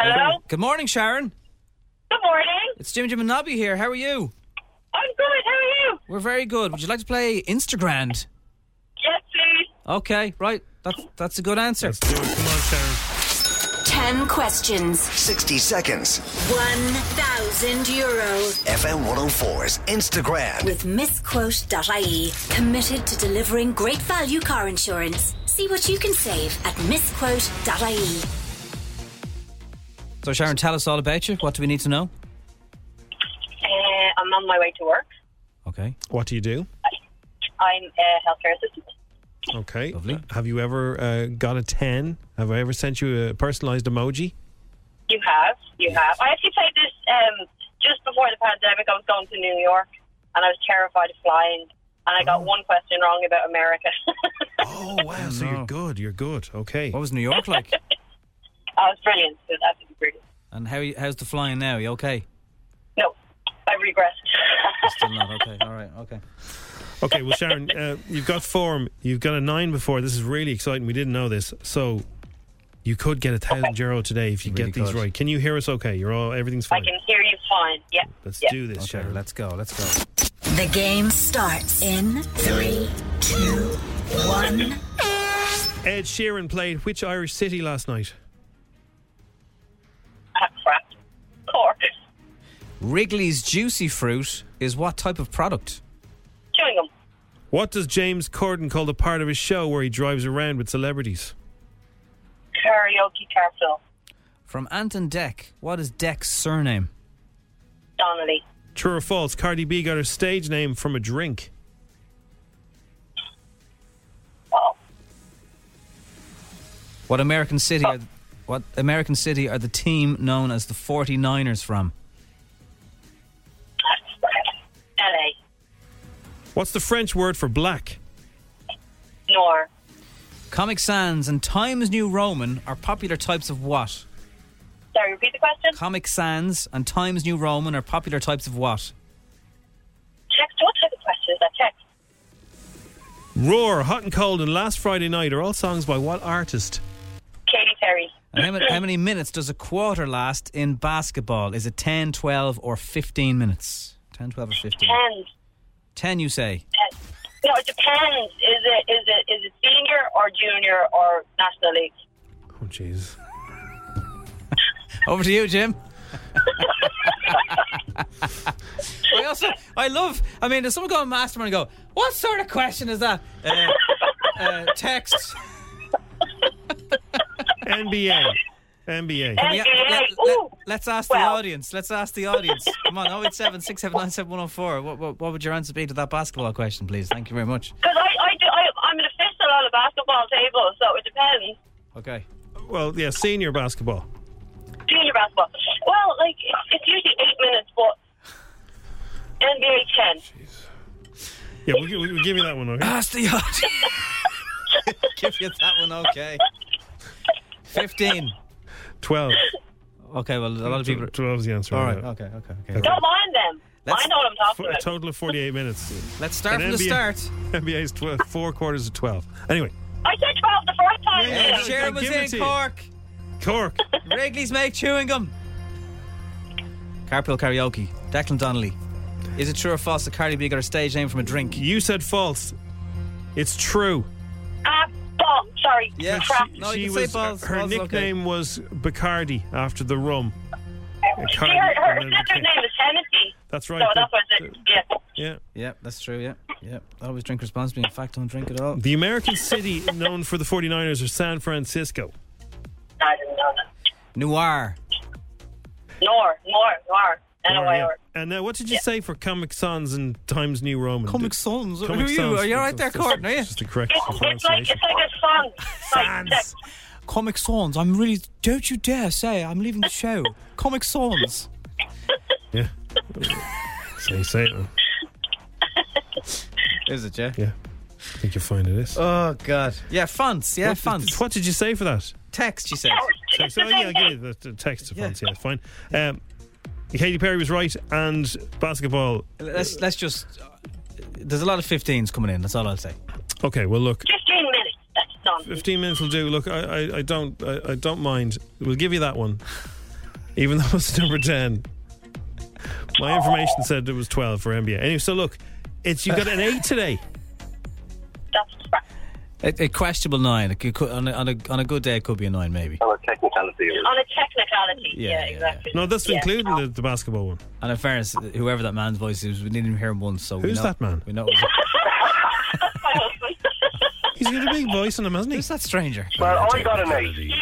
Speaker 3: Hello? Good morning, Sharon.
Speaker 25: Good morning.
Speaker 3: It's Jim Jim and Nobby here. How are you?
Speaker 25: I'm good. How are you?
Speaker 3: We're very good. Would you like to play Instagram?
Speaker 25: Yes, please.
Speaker 3: Okay, right. That's that's a good answer.
Speaker 2: Come on, Sharon.
Speaker 21: 10 10 questions.
Speaker 26: 60 seconds.
Speaker 21: 1,000 euro.
Speaker 26: FM 104's Instagram.
Speaker 21: With misquote.ie, committed to delivering great value car insurance. See what you can save at misquote.ie.
Speaker 3: So, Sharon, tell us all about you. What do we need to know?
Speaker 25: Uh, I'm on my way to work.
Speaker 3: Okay.
Speaker 2: What do you do?
Speaker 25: I'm a healthcare assistant.
Speaker 2: Okay. Lovely. Have you ever uh, got a 10? Have I ever sent you a personalized emoji?
Speaker 25: You have, you have. I actually played this um, just before the pandemic. I was going to New York, and I was terrified of flying, and I got one question wrong about America.
Speaker 2: Oh, wow. so you're good. You're good. Okay. What
Speaker 3: was New York like?
Speaker 25: I was brilliant. It was absolutely brilliant.
Speaker 3: And how you, how's the flying now? You okay?
Speaker 25: No, I regressed.
Speaker 3: Still not okay. All right. Okay.
Speaker 2: Okay, well, Sharon, uh, you've got form. You've got a nine before. This is really exciting. We didn't know this. So you could get a thousand euro today if you
Speaker 3: Really
Speaker 2: get these
Speaker 3: could.
Speaker 2: right. Can you hear us okay? You're all, everything's
Speaker 25: I
Speaker 2: fine.
Speaker 25: can hear you fine. Yeah.
Speaker 2: Let's
Speaker 25: yeah.
Speaker 2: do this, Sharon. Let's go. Let's go.
Speaker 21: The game starts in three, two, one.
Speaker 2: Ed Sheeran played which Irish city last night?
Speaker 25: Cork.
Speaker 3: Wrigley's Juicy Fruit is what type of product?
Speaker 25: Chewing gum.
Speaker 2: What does James Corden call the part of his show where he drives around with celebrities?
Speaker 25: Karaoke car film.
Speaker 3: From Anton Deck, what is Deck's surname?
Speaker 25: Donnelly.
Speaker 2: True or false? Cardi B got her stage name from a drink.
Speaker 3: What American city
Speaker 25: Oh.
Speaker 3: are what American city are the team known as the 49ers from?
Speaker 25: LA.
Speaker 2: What's the French word for black?
Speaker 25: Nor.
Speaker 3: Comic Sans and Times New Roman are popular types of what?
Speaker 25: Sorry, repeat the question.
Speaker 3: Comic Sans and Times New Roman are popular types of what?
Speaker 25: Text. What type of question is that? Text.
Speaker 2: Roar, Hot and Cold, and Last Friday Night are all songs by what artist?
Speaker 25: Katy Perry.
Speaker 3: And how, many, how many minutes does a quarter last in basketball? Is it 10, 12, or 15 minutes? 10, 12, or 15?
Speaker 25: Depends.
Speaker 3: 10, you say.
Speaker 25: No, it depends. Is it is it is it senior or junior or national league?
Speaker 2: Oh, jeez.
Speaker 3: Over to you, Jim. I also, I love, I mean, does someone go on Mastermind and go, what sort of question is that? Uh, uh, text.
Speaker 2: NBA. NBA.
Speaker 3: Can we- let, us ask the audience. Let's ask the audience. Come on, oh, 087 679 7104. oh, What, what, what would your answer be to that basketball question, please? Thank you very much.
Speaker 25: Because I, I, do, I I'm an official on a basketball table, so it depends.
Speaker 3: Okay.
Speaker 2: Well, yeah, senior basketball.
Speaker 25: Junior basketball. Well, like it's, it's usually eight minutes, but NBA ten.
Speaker 2: Yeah, we'll, gi- we'll give you that one, okay?
Speaker 3: Ask the Give you that one, okay. 15.
Speaker 2: 12.
Speaker 3: Okay, well, a lot of people.
Speaker 2: 12 is the answer.
Speaker 3: All right, okay, okay, okay.
Speaker 25: Don't mind them.
Speaker 2: Let's-
Speaker 25: I know what I'm talking
Speaker 2: A
Speaker 25: about.
Speaker 2: total of 48 minutes.
Speaker 3: Let's start from the start.
Speaker 2: NBA is 12, four quarters of 12. Anyway,
Speaker 25: I said twelve the first time.
Speaker 2: Yeah,
Speaker 25: Ian.
Speaker 2: yeah,
Speaker 3: Sharon was
Speaker 2: give it to
Speaker 3: in
Speaker 2: you.
Speaker 3: Cork.
Speaker 2: Cork.
Speaker 3: Wrigley's make chewing gum. Carpool karaoke. Declan Donnelly. Is it true or false that Cardi B got her stage name from a drink?
Speaker 2: You said false. It's true.
Speaker 25: Ah, ball. Sorry.
Speaker 2: Yeah,
Speaker 25: Crap.
Speaker 2: she, she was, her nickname was Bacardi after the rum.
Speaker 25: See, her, her sister's name is Hennessy.
Speaker 2: That's
Speaker 25: So
Speaker 2: right.
Speaker 25: that's what it. Yeah.
Speaker 2: Yeah.
Speaker 3: Yeah, that's true, yeah. Yeah. Always drink responsibly. In fact, don't drink at all.
Speaker 2: The American city known for the 49ers are San Francisco.
Speaker 25: I didn't know that.
Speaker 3: Noir.
Speaker 25: Nor, nor, nor.
Speaker 2: Or,
Speaker 25: Anyway,
Speaker 2: yeah.
Speaker 25: or
Speaker 2: And now, what did you say for Comic Sans and Times New Roman?
Speaker 3: Comic
Speaker 2: Did-
Speaker 3: Sans?
Speaker 2: Comic
Speaker 3: Who are you?
Speaker 2: Sans
Speaker 3: Are you
Speaker 2: was
Speaker 3: alright there,
Speaker 2: the-
Speaker 3: Court? Are you?
Speaker 2: Just the correct
Speaker 25: It's, it's like
Speaker 2: pronunciation.
Speaker 25: it's like a song. Like, text.
Speaker 3: Comic Sans. I'm really. Don't you dare say I'm leaving the show. Comic Sans.
Speaker 2: Yeah. say, say it. man.
Speaker 3: Is it, yeah?
Speaker 2: Yeah. I think you'll find it is.
Speaker 3: Oh, God. Yeah, fonts. Yeah,
Speaker 2: what,
Speaker 3: fonts.
Speaker 2: What did you say for that?
Speaker 3: Text, you said.
Speaker 2: So, so, oh, yeah, I give you the, the text to fonts. Yeah, fine. Um, Katy Perry was right, and basketball.
Speaker 3: Let's, let's just. uh, There's a lot of 15s coming in. That's all I'll say.
Speaker 2: Okay, well, look,
Speaker 25: Fifteen minutes. That's done.
Speaker 2: 15 minutes will do. Look, I, I, I don't I, I don't mind. We'll give you that one. Even though it's number 10. My information said it was 12 for NBA. Anyway, so look, it's you got an 8 today.
Speaker 3: A, a questionable nine. It could, on, a, on, a, on a good day, it could be a nine, maybe.
Speaker 25: Technically,
Speaker 11: technicality.
Speaker 25: on a technicality.
Speaker 3: Yeah,
Speaker 25: Yeah,
Speaker 3: yeah,
Speaker 25: exactly.
Speaker 2: No, that's
Speaker 25: Yeah.
Speaker 2: including the, the basketball one.
Speaker 3: And in fairness, whoever that man's voice is, we didn't even hear him once. So we
Speaker 2: Who's
Speaker 3: know,
Speaker 2: that man?
Speaker 3: We know. it was-
Speaker 2: He's got a big voice on him, hasn't he? Who's
Speaker 3: that stranger?
Speaker 2: Well,
Speaker 11: I got an eight.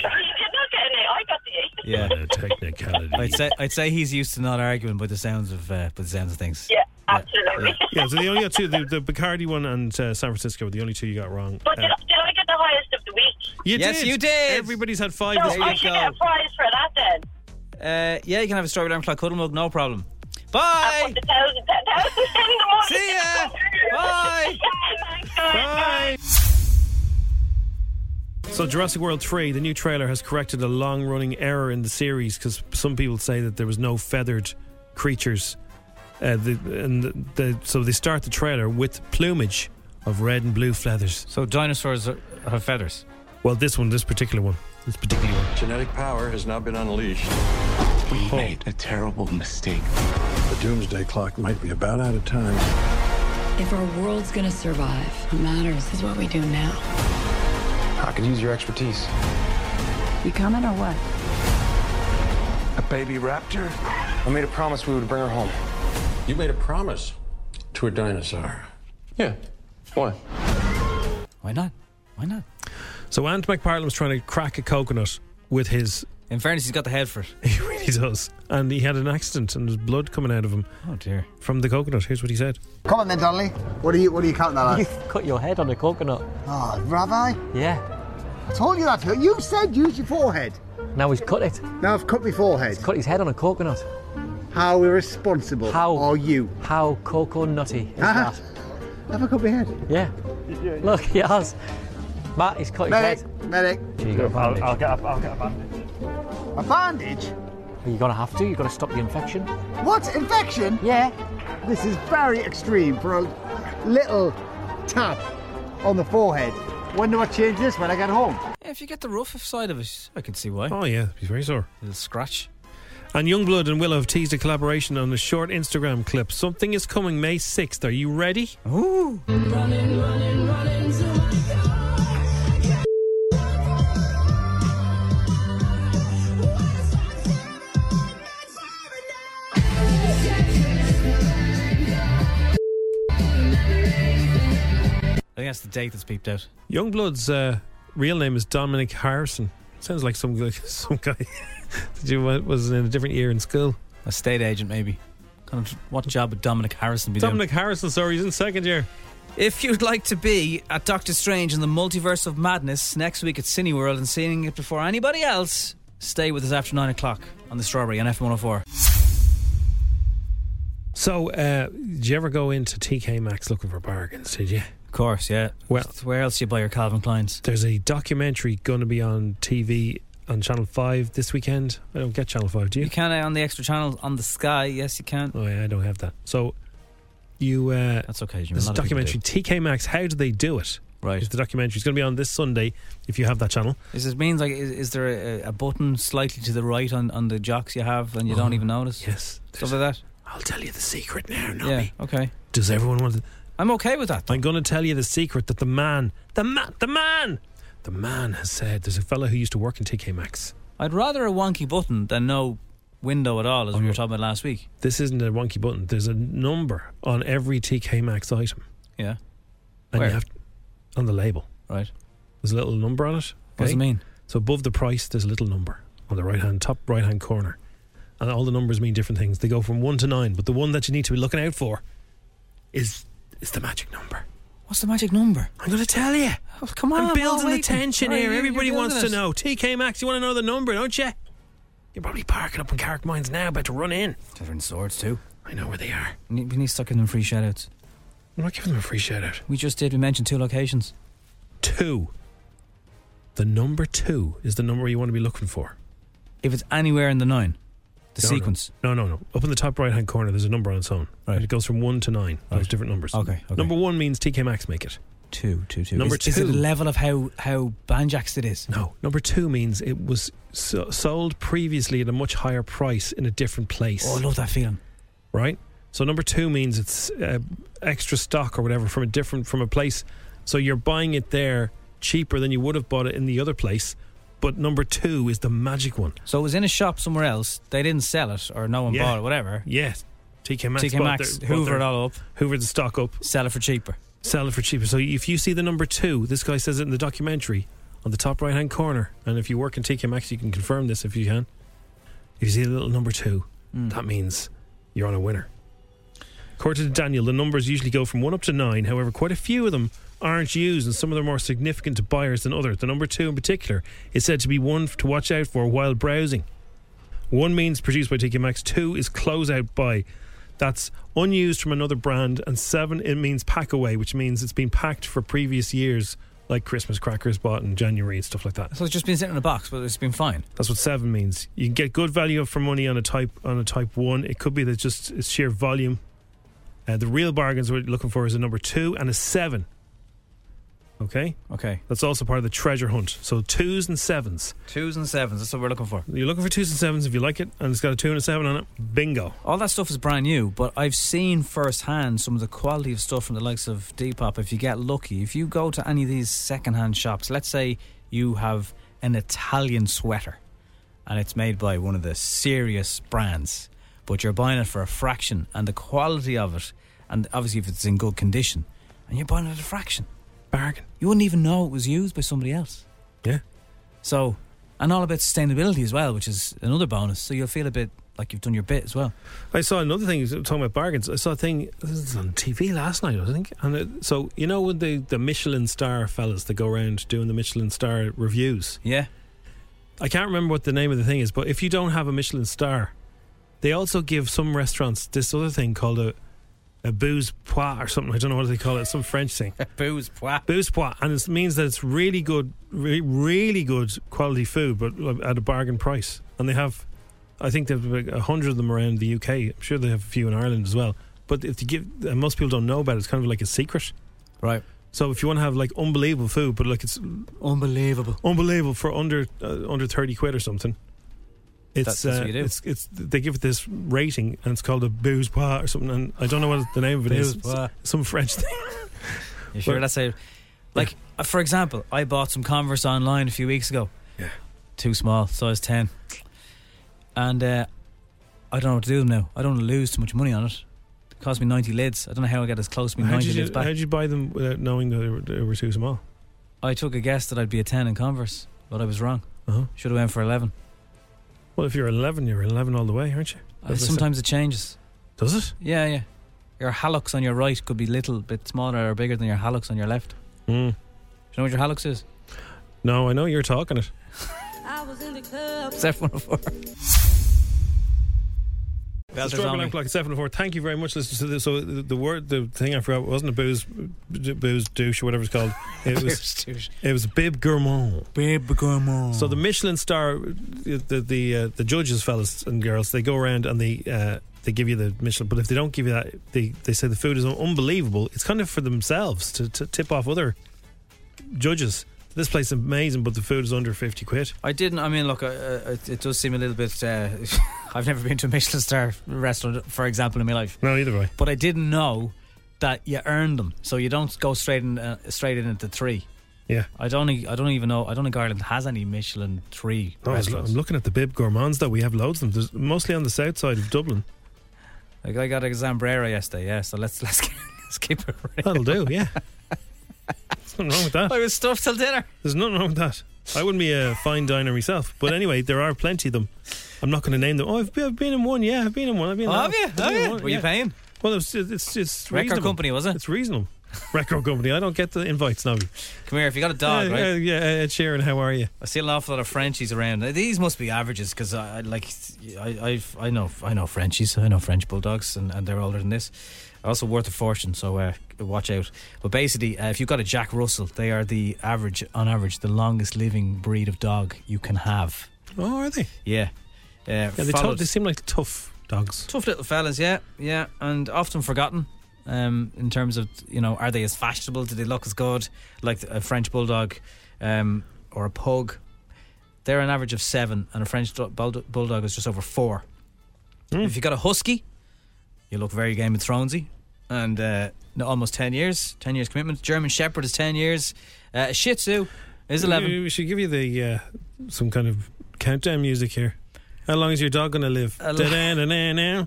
Speaker 3: Yeah,
Speaker 2: technicality.
Speaker 3: I'd say I'd say he's used to not arguing by the sounds of uh, by the sounds of things.
Speaker 25: Yeah, absolutely.
Speaker 2: Yeah, so the only two, the, the Bacardi one and uh, San Francisco were the only two you got wrong.
Speaker 25: But
Speaker 2: Uh,
Speaker 25: did, did I get the highest of the week?
Speaker 2: you
Speaker 3: Yes,
Speaker 2: did.
Speaker 3: you did.
Speaker 2: Everybody's had five.
Speaker 25: So
Speaker 2: this
Speaker 25: I
Speaker 2: week.
Speaker 25: should get a prize for that then.
Speaker 3: Uh, yeah, you can have a strawberry alarm clock cuddle mug, no problem. Bye.
Speaker 25: The thousand, ten thousand in the morning.
Speaker 3: See ya. Bye.
Speaker 25: Bye.
Speaker 2: So, Jurassic World 3, the new trailer has corrected a long running error in the series because some people say that there was no feathered creatures. Uh, the, and the, the, so, they start the trailer with plumage of red and blue feathers.
Speaker 3: So, dinosaurs are, have feathers?
Speaker 2: Well, this one, this particular one. This particular one.
Speaker 10: Genetic power has now been unleashed.
Speaker 2: We
Speaker 10: made a terrible mistake. The doomsday clock might be about out of time.
Speaker 27: If our world's gonna survive, what matters is what we do now.
Speaker 10: I could use your expertise.
Speaker 27: You coming or what?
Speaker 10: A baby raptor? I made a promise we would bring her home. You made a promise to a dinosaur. Yeah. Why?
Speaker 3: Why not? Why not?
Speaker 2: So, Ant McPartland was trying to crack a coconut with his.
Speaker 3: In fairness, he's got the head for it.
Speaker 2: He really does. And he had an accident and there's blood coming out of him.
Speaker 3: Oh, dear.
Speaker 2: From the coconut. Here's what he said.
Speaker 19: Come on then, Donnelly. What do you what do you count that as?
Speaker 1: Cut your head on a coconut.
Speaker 19: Oh, Rabbi.
Speaker 1: Yeah.
Speaker 19: I told you that. You said use your forehead.
Speaker 1: Now he's cut it.
Speaker 19: Now I've cut my forehead.
Speaker 1: Cut his head on a coconut.
Speaker 19: How irresponsible
Speaker 1: How
Speaker 19: are you?
Speaker 1: How coconutty is
Speaker 19: Ah,
Speaker 1: that?
Speaker 19: Have I cut my head?
Speaker 1: Yeah. Look, he has. Matt, he's cut
Speaker 19: Medic,
Speaker 1: his
Speaker 19: medic.
Speaker 1: head. You got a bandage.
Speaker 19: get a, I'll get a bandage. A bandage?
Speaker 1: You're gonna have to. You're gonna stop the infection.
Speaker 19: What? Infection? Yeah. This is very extreme for a little tap on the forehead. When do I change this? When I get home?
Speaker 3: Yeah, if you get the rough side of it, I can see why.
Speaker 2: Oh, yeah, he's very sore.
Speaker 3: Little scratch.
Speaker 2: And Youngblood and Willow have teased a collaboration on a short Instagram clip. Something is coming May 6th. Are you ready?
Speaker 3: Ooh. I think that's the date that's peeped out.
Speaker 2: Youngblood's uh, real name is Dominic Harrison. Sounds like some like some guy that you wa- was in a different year in school.
Speaker 3: A state agent, maybe. Kind of, what job would Dominic Harrison be doing?
Speaker 2: Dominic Harrison, sorry, he's in second year.
Speaker 3: If you'd like to be at Doctor Strange in the Multiverse of Madness next week at Cineworld and seeing it before anybody else, stay with us after 9 o'clock on The Strawberry on F104.
Speaker 2: So, uh, did you ever go into TK Maxx looking for bargains? Did you?
Speaker 3: Of course, yeah.
Speaker 2: Well,
Speaker 3: where else do you buy your Calvin Kleins?
Speaker 2: There's a documentary going to be on TV on Channel Five this weekend. I don't get Channel Five. Do you?
Speaker 3: You can uh, on the extra channel on the sky. Yes, you can.
Speaker 2: Oh yeah, I don't have that. So you. Uh,
Speaker 3: That's okay. Jim. A
Speaker 2: This
Speaker 3: lot of people
Speaker 2: documentary, TK Maxx. How do they do it?
Speaker 3: Right.
Speaker 2: Is the documentary. It's going to be on this Sunday if you have that channel.
Speaker 3: do. Is this means like is, is there a, a button slightly to the right on, on the jocks you have and you don't
Speaker 2: Oh,
Speaker 3: even notice?
Speaker 2: Yes.
Speaker 3: Stuff like that.
Speaker 2: I'll tell you the secret now,
Speaker 3: Yeah. Okay.
Speaker 2: Does everyone want to?
Speaker 3: I'm okay with that.
Speaker 2: I'm going to tell you the secret that the man, the man, the man, the man has said. There's a fella who used to work in TK Maxx.
Speaker 3: I'd rather a wonky button than no window at all, as we were talking about last week.
Speaker 2: This isn't a wonky button. There's a number on every TK Maxx item,
Speaker 3: Yeah.
Speaker 2: and
Speaker 3: Where?
Speaker 2: you have on the label.
Speaker 3: Right.
Speaker 2: There's a little number on it.
Speaker 3: What does it mean?
Speaker 2: So above the price, there's a little number on the right hand top right hand corner, and all the numbers mean different things. They go from one to nine, but the one that you need to be looking out for is is the magic number.
Speaker 3: What's the magic number?
Speaker 2: I'm going to tell you.
Speaker 3: Oh, come on,
Speaker 2: I'm
Speaker 3: all
Speaker 2: building the
Speaker 3: waiting.
Speaker 2: tension
Speaker 3: All right,
Speaker 2: here.
Speaker 3: you're-
Speaker 2: Everybody
Speaker 3: you're
Speaker 2: wants
Speaker 3: building
Speaker 2: to
Speaker 3: it.
Speaker 2: know. TK Maxx, you want to know the number, don't you? You're probably parking up in Carrick Mines now, about to run in.
Speaker 3: They're in swords too.
Speaker 2: I know where they are.
Speaker 3: We need, we need to start giving them free shoutouts.
Speaker 2: I'm not giving them a free shout out.
Speaker 3: We just did. We mentioned two locations.
Speaker 2: Two. The number two is the number you want to be looking for.
Speaker 3: If it's anywhere in the nine, the
Speaker 2: No, no.
Speaker 3: sequence.
Speaker 2: No, no, no. Up in the top right hand corner, there's a number on its own. Right. It goes from one to nine. Those
Speaker 3: Right.
Speaker 2: different numbers.
Speaker 3: Okay, okay.
Speaker 2: Number one means TK Maxx make it.
Speaker 3: Two, two, two.
Speaker 2: Number
Speaker 3: is, Is it
Speaker 2: two.
Speaker 3: the level of how how banjaxed it is?
Speaker 2: No. Number two means it was so- sold previously at a much higher price in a different place.
Speaker 3: Oh, I love that feeling.
Speaker 2: right? So number two means it's uh, extra stock or whatever from a different from a place. So you're buying it there cheaper than you would have bought it in the other place, But number two is the magic one.
Speaker 3: So it was in a shop somewhere else. They didn't sell it, or no one
Speaker 2: Yeah.
Speaker 3: bought it, whatever.
Speaker 2: Yes. TK Maxx.
Speaker 3: TK
Speaker 2: bought
Speaker 3: Maxx,
Speaker 2: their- bought
Speaker 3: Hoover
Speaker 2: their-
Speaker 3: it all up.
Speaker 2: Hoover the stock up.
Speaker 3: Sell it for cheaper.
Speaker 2: Sell it for cheaper. So if you see the number two, this guy says it in the documentary on the top right hand corner. And if you work in TK Maxx, you can confirm this if you can. If you see the little number two, that means you're on a winner. According to Daniel, the numbers usually go from one up to nine. However, quite a few of them aren't used, and some of them are more significant to buyers than others. The number two, in particular, is said to be one to watch out for while browsing. One means produced by TK Maxx. Two is close out by. That's unused from another brand. And seven, it means pack away, which means it's been packed for previous years, like Christmas crackers bought in January and stuff like that.
Speaker 3: So it's just been sitting in a box, but it's been fine.
Speaker 2: That's what seven means. You can get good value for money on a type on a type one. It could be that just it's sheer volume. Uh, the real bargains we're looking for is a number two and a seven. Okay.
Speaker 3: Okay.
Speaker 2: That's also part of the treasure hunt. So twos and sevens.
Speaker 3: Twos and sevens. That's what we're looking for.
Speaker 2: You're looking for twos and sevens if you like it, and it's got a two and a seven on it. Bingo.
Speaker 3: All that stuff is brand new, but I've seen firsthand some of the quality of stuff from the likes of Depop. If you get lucky, if you go to any of these secondhand shops, let's say you have an Italian sweater and it's made by one of the serious brands, but you're buying it for a fraction and the quality of it, and obviously if it's in good condition, and you're buying it at a fraction.
Speaker 2: Bargain.
Speaker 3: You wouldn't even know it was used by somebody else.
Speaker 2: Yeah.
Speaker 3: So, and all about sustainability as well, which is another bonus. So you'll feel a bit like you've done your bit as well.
Speaker 2: I saw another thing talking about bargains. I saw a thing this was on TV last night, I think. And it, so you know when the the Michelin star fellas that go around doing the Michelin star reviews.
Speaker 3: Yeah.
Speaker 2: I can't remember what the name of the thing is, but if you don't have a Michelin star, they also give some restaurants this other thing called a a booze pois or something. I don't know what they call it. Some French thing.
Speaker 3: booze pois.
Speaker 2: Booze pois, and it means that it's really good, really, really good quality food, but at a bargain price. And they have, I think they've like a hundred of them around the UK. I'm sure they have a few in Ireland as well. But if you give, and most people don't know about it. It's kind of like a secret,
Speaker 3: right?
Speaker 2: So if you want to have like unbelievable food, but like it's
Speaker 3: unbelievable,
Speaker 2: unbelievable for under uh, under thirty quid or something. It's,
Speaker 3: That's- that's
Speaker 2: uh,
Speaker 3: what you do.
Speaker 2: it's it's they give it this rating and it's called a booze pois or something and I don't know what the name of it is
Speaker 3: Booze pois.
Speaker 2: some French thing
Speaker 3: You sure
Speaker 2: But-
Speaker 3: that's a like uh, for example, I bought some Converse online a few weeks ago.
Speaker 2: Yeah.
Speaker 3: Too small, size ten. And uh, I don't know what to do with them now. I don't want to lose too much money on it. It cost me ninety lids. I don't know how I get as close to me
Speaker 2: how
Speaker 3: ninety
Speaker 2: did you
Speaker 3: lids
Speaker 2: how
Speaker 3: back.
Speaker 2: did you buy them without knowing that they were, they were too small
Speaker 3: I took a guess that I'd be a ten in Converse, but I was wrong.
Speaker 2: Uh-huh.
Speaker 3: Should have went for eleven.
Speaker 2: well if you're 11 you're 11 all the way aren't you
Speaker 3: Uh,
Speaker 2: That's what I said.
Speaker 3: sometimes it changes.
Speaker 2: Does it?
Speaker 3: Yeah, yeah. Your hallux on your right could be little bit smaller or bigger than your hallux on your left.
Speaker 2: Mm.
Speaker 3: Do you know what your hallux is?
Speaker 2: no I know you're talking it
Speaker 3: It's F104.
Speaker 2: It's Strawberry Alarm Clock at seven and four. Thank you very much, listeners. So the, so the the word, the thing I forgot wasn't a booze, d- booze douche or whatever it's called. It
Speaker 3: Booze
Speaker 2: was,
Speaker 3: douche.
Speaker 2: it was bib gourmand.
Speaker 3: Bib gourmand.
Speaker 2: So the Michelin star, the the uh, the judges, fellas and girls, they go around and they uh, they give you the Michelin. But if they don't give you that, they they say the food is unbelievable. It's kind of for themselves to, to tip off other judges. This place is amazing, but the food is under fifty quid.
Speaker 3: I didn't. I mean, look, uh, uh, it, it does seem a little bit. Uh, I've never been to a Michelin star restaurant, for example, in my life.
Speaker 2: No, either way.
Speaker 3: But I didn't know that you earned them, so you don't go straight in uh, straight in at the three.
Speaker 2: Yeah.
Speaker 3: I don't. e- I don't even know. I don't think Ireland has any Michelin three
Speaker 2: No, I was lo-
Speaker 3: restaurants.
Speaker 2: Oh, I'm looking at the bib gourmands that we have loads of them. There's mostly on the south side of Dublin.
Speaker 3: Like, I got a Zambrera yesterday. Yeah, so let's let's let's keep it. Real.
Speaker 2: That'll do. Yeah. There's nothing wrong with that.
Speaker 3: I was stuffed till dinner.
Speaker 2: There's nothing wrong with that. I wouldn't be a fine diner myself, but anyway, there are plenty of them. I'm not going to name them. Oh, I've been, I've been in one. Yeah, I've been in one. I've been. in
Speaker 3: Oh, have
Speaker 2: that.
Speaker 3: you?
Speaker 2: I've
Speaker 3: Have
Speaker 2: been in
Speaker 3: you?
Speaker 2: one,
Speaker 3: Were you
Speaker 2: yeah.
Speaker 3: paying?
Speaker 2: Well, it's it's it's
Speaker 3: Record
Speaker 2: reasonable.
Speaker 3: company, was it?
Speaker 2: It's reasonable. Record company. I don't get the invites now.
Speaker 3: Come here. If you got a dog,
Speaker 2: yeah,
Speaker 3: Oh, right?
Speaker 2: Yeah, yeah, Ed Sheeran, how are you?
Speaker 3: I see an awful lot of Frenchies around. These must be averages because I, I like I I've, I know I know Frenchies. I know French bulldogs, and, and they're older than this. Also worth a fortune, so uh, watch out. But basically, uh, if you've got a Jack Russell, they are the average, on average, the longest living breed of dog you can have.
Speaker 2: Oh, are they?
Speaker 3: Yeah, uh,
Speaker 2: Yeah, they,
Speaker 3: followed-
Speaker 2: tough, they seem like tough dogs.
Speaker 3: tough little fellas, yeah, yeah, and often forgotten um, in terms of you know are they as fashionable? Do they look as good like a French bulldog um, or a pug? They're an average of seven, and a French do- bulldo- bulldog is just over four. If you got a husky, you look very Game of Thronesy, and uh, no, almost ten years, ten years commitment. German Shepherd is ten years. Uh, a Shih Tzu It's 11.
Speaker 2: We, we should give you the uh, some kind of countdown music here. How long is your dog going to live?
Speaker 3: A
Speaker 2: Da-da-da-da-da.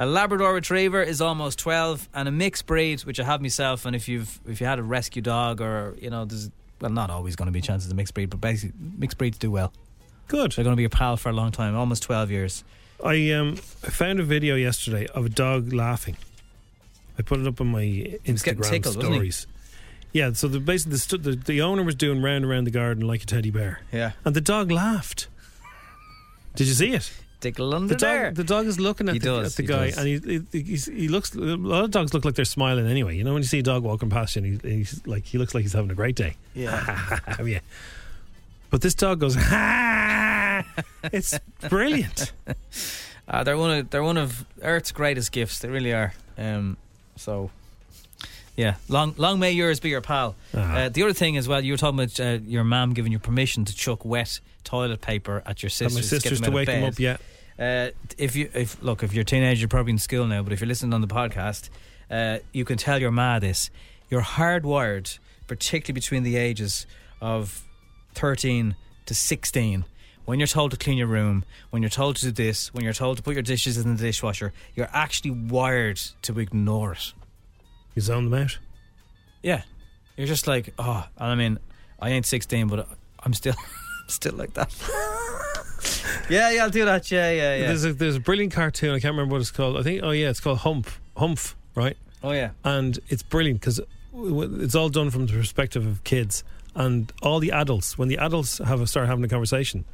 Speaker 3: A Labrador Retriever is almost twelve, and a mixed breed, which I have myself. And if you've if you had a rescue dog, or you know, there's well, not always going to be chances of mixed breed, but basically mixed breeds do well.
Speaker 2: Good.
Speaker 3: They're going to be a pal for a long time, almost twelve years.
Speaker 2: I um I found a video yesterday of a dog laughing. I put it up on my
Speaker 3: getting
Speaker 2: Instagram
Speaker 3: tickled, wasn't he?
Speaker 2: stories. Yeah, so the basically the, stu- the the owner was doing round around the garden like a teddy bear.
Speaker 3: Yeah.
Speaker 2: And the dog laughed. Did you see it?
Speaker 3: Tickle
Speaker 2: The
Speaker 3: under there.
Speaker 2: dog, the dog is looking at
Speaker 3: He
Speaker 2: the,
Speaker 3: does,
Speaker 2: at the
Speaker 3: he
Speaker 2: guy,
Speaker 3: does.
Speaker 2: and he, he, he's, he looks. A lot of dogs look like they're smiling anyway. You know, when you see a dog walking past you, and he, he's like, he looks like he's having a great day.
Speaker 3: Yeah.
Speaker 2: yeah. But this dog goes, ha! It's brilliant.
Speaker 3: Uh, they're one of they're one of Earth's greatest gifts. They really are. Um, so, yeah, long long may yours be your pal. uh
Speaker 2: Uh-huh.
Speaker 3: the other thing as well, you were talking about uh, your mum giving you permission to chuck wet toilet paper at your
Speaker 2: Got
Speaker 3: sisters.
Speaker 2: my
Speaker 3: to get
Speaker 2: sisters
Speaker 3: them
Speaker 2: to
Speaker 3: out of
Speaker 2: wake him
Speaker 3: bed.
Speaker 2: up. Yeah.
Speaker 3: Uh, if you if look if you're a teenager, you're probably in school now. But if you're listening on the podcast, uh, you can tell your ma this. You're hardwired, particularly between the ages of 13 to 16. When you're told to clean your room, when you're told to do this, when you're told to put your dishes in the dishwasher, you're actually wired to ignore it.
Speaker 2: You zone them out.
Speaker 3: Yeah, you're just like, oh, and I mean, I ain't 16, but I'm still, still like that. yeah, yeah, I'll do that. Yeah, yeah, yeah.
Speaker 2: There's a there's a brilliant cartoon. I can't remember what it's called. I think oh yeah, it's called Hump Hump, right?
Speaker 3: Oh yeah.
Speaker 2: And it's brilliant because it's all done from the perspective of kids and all the adults. When the adults have a, start having a conversation,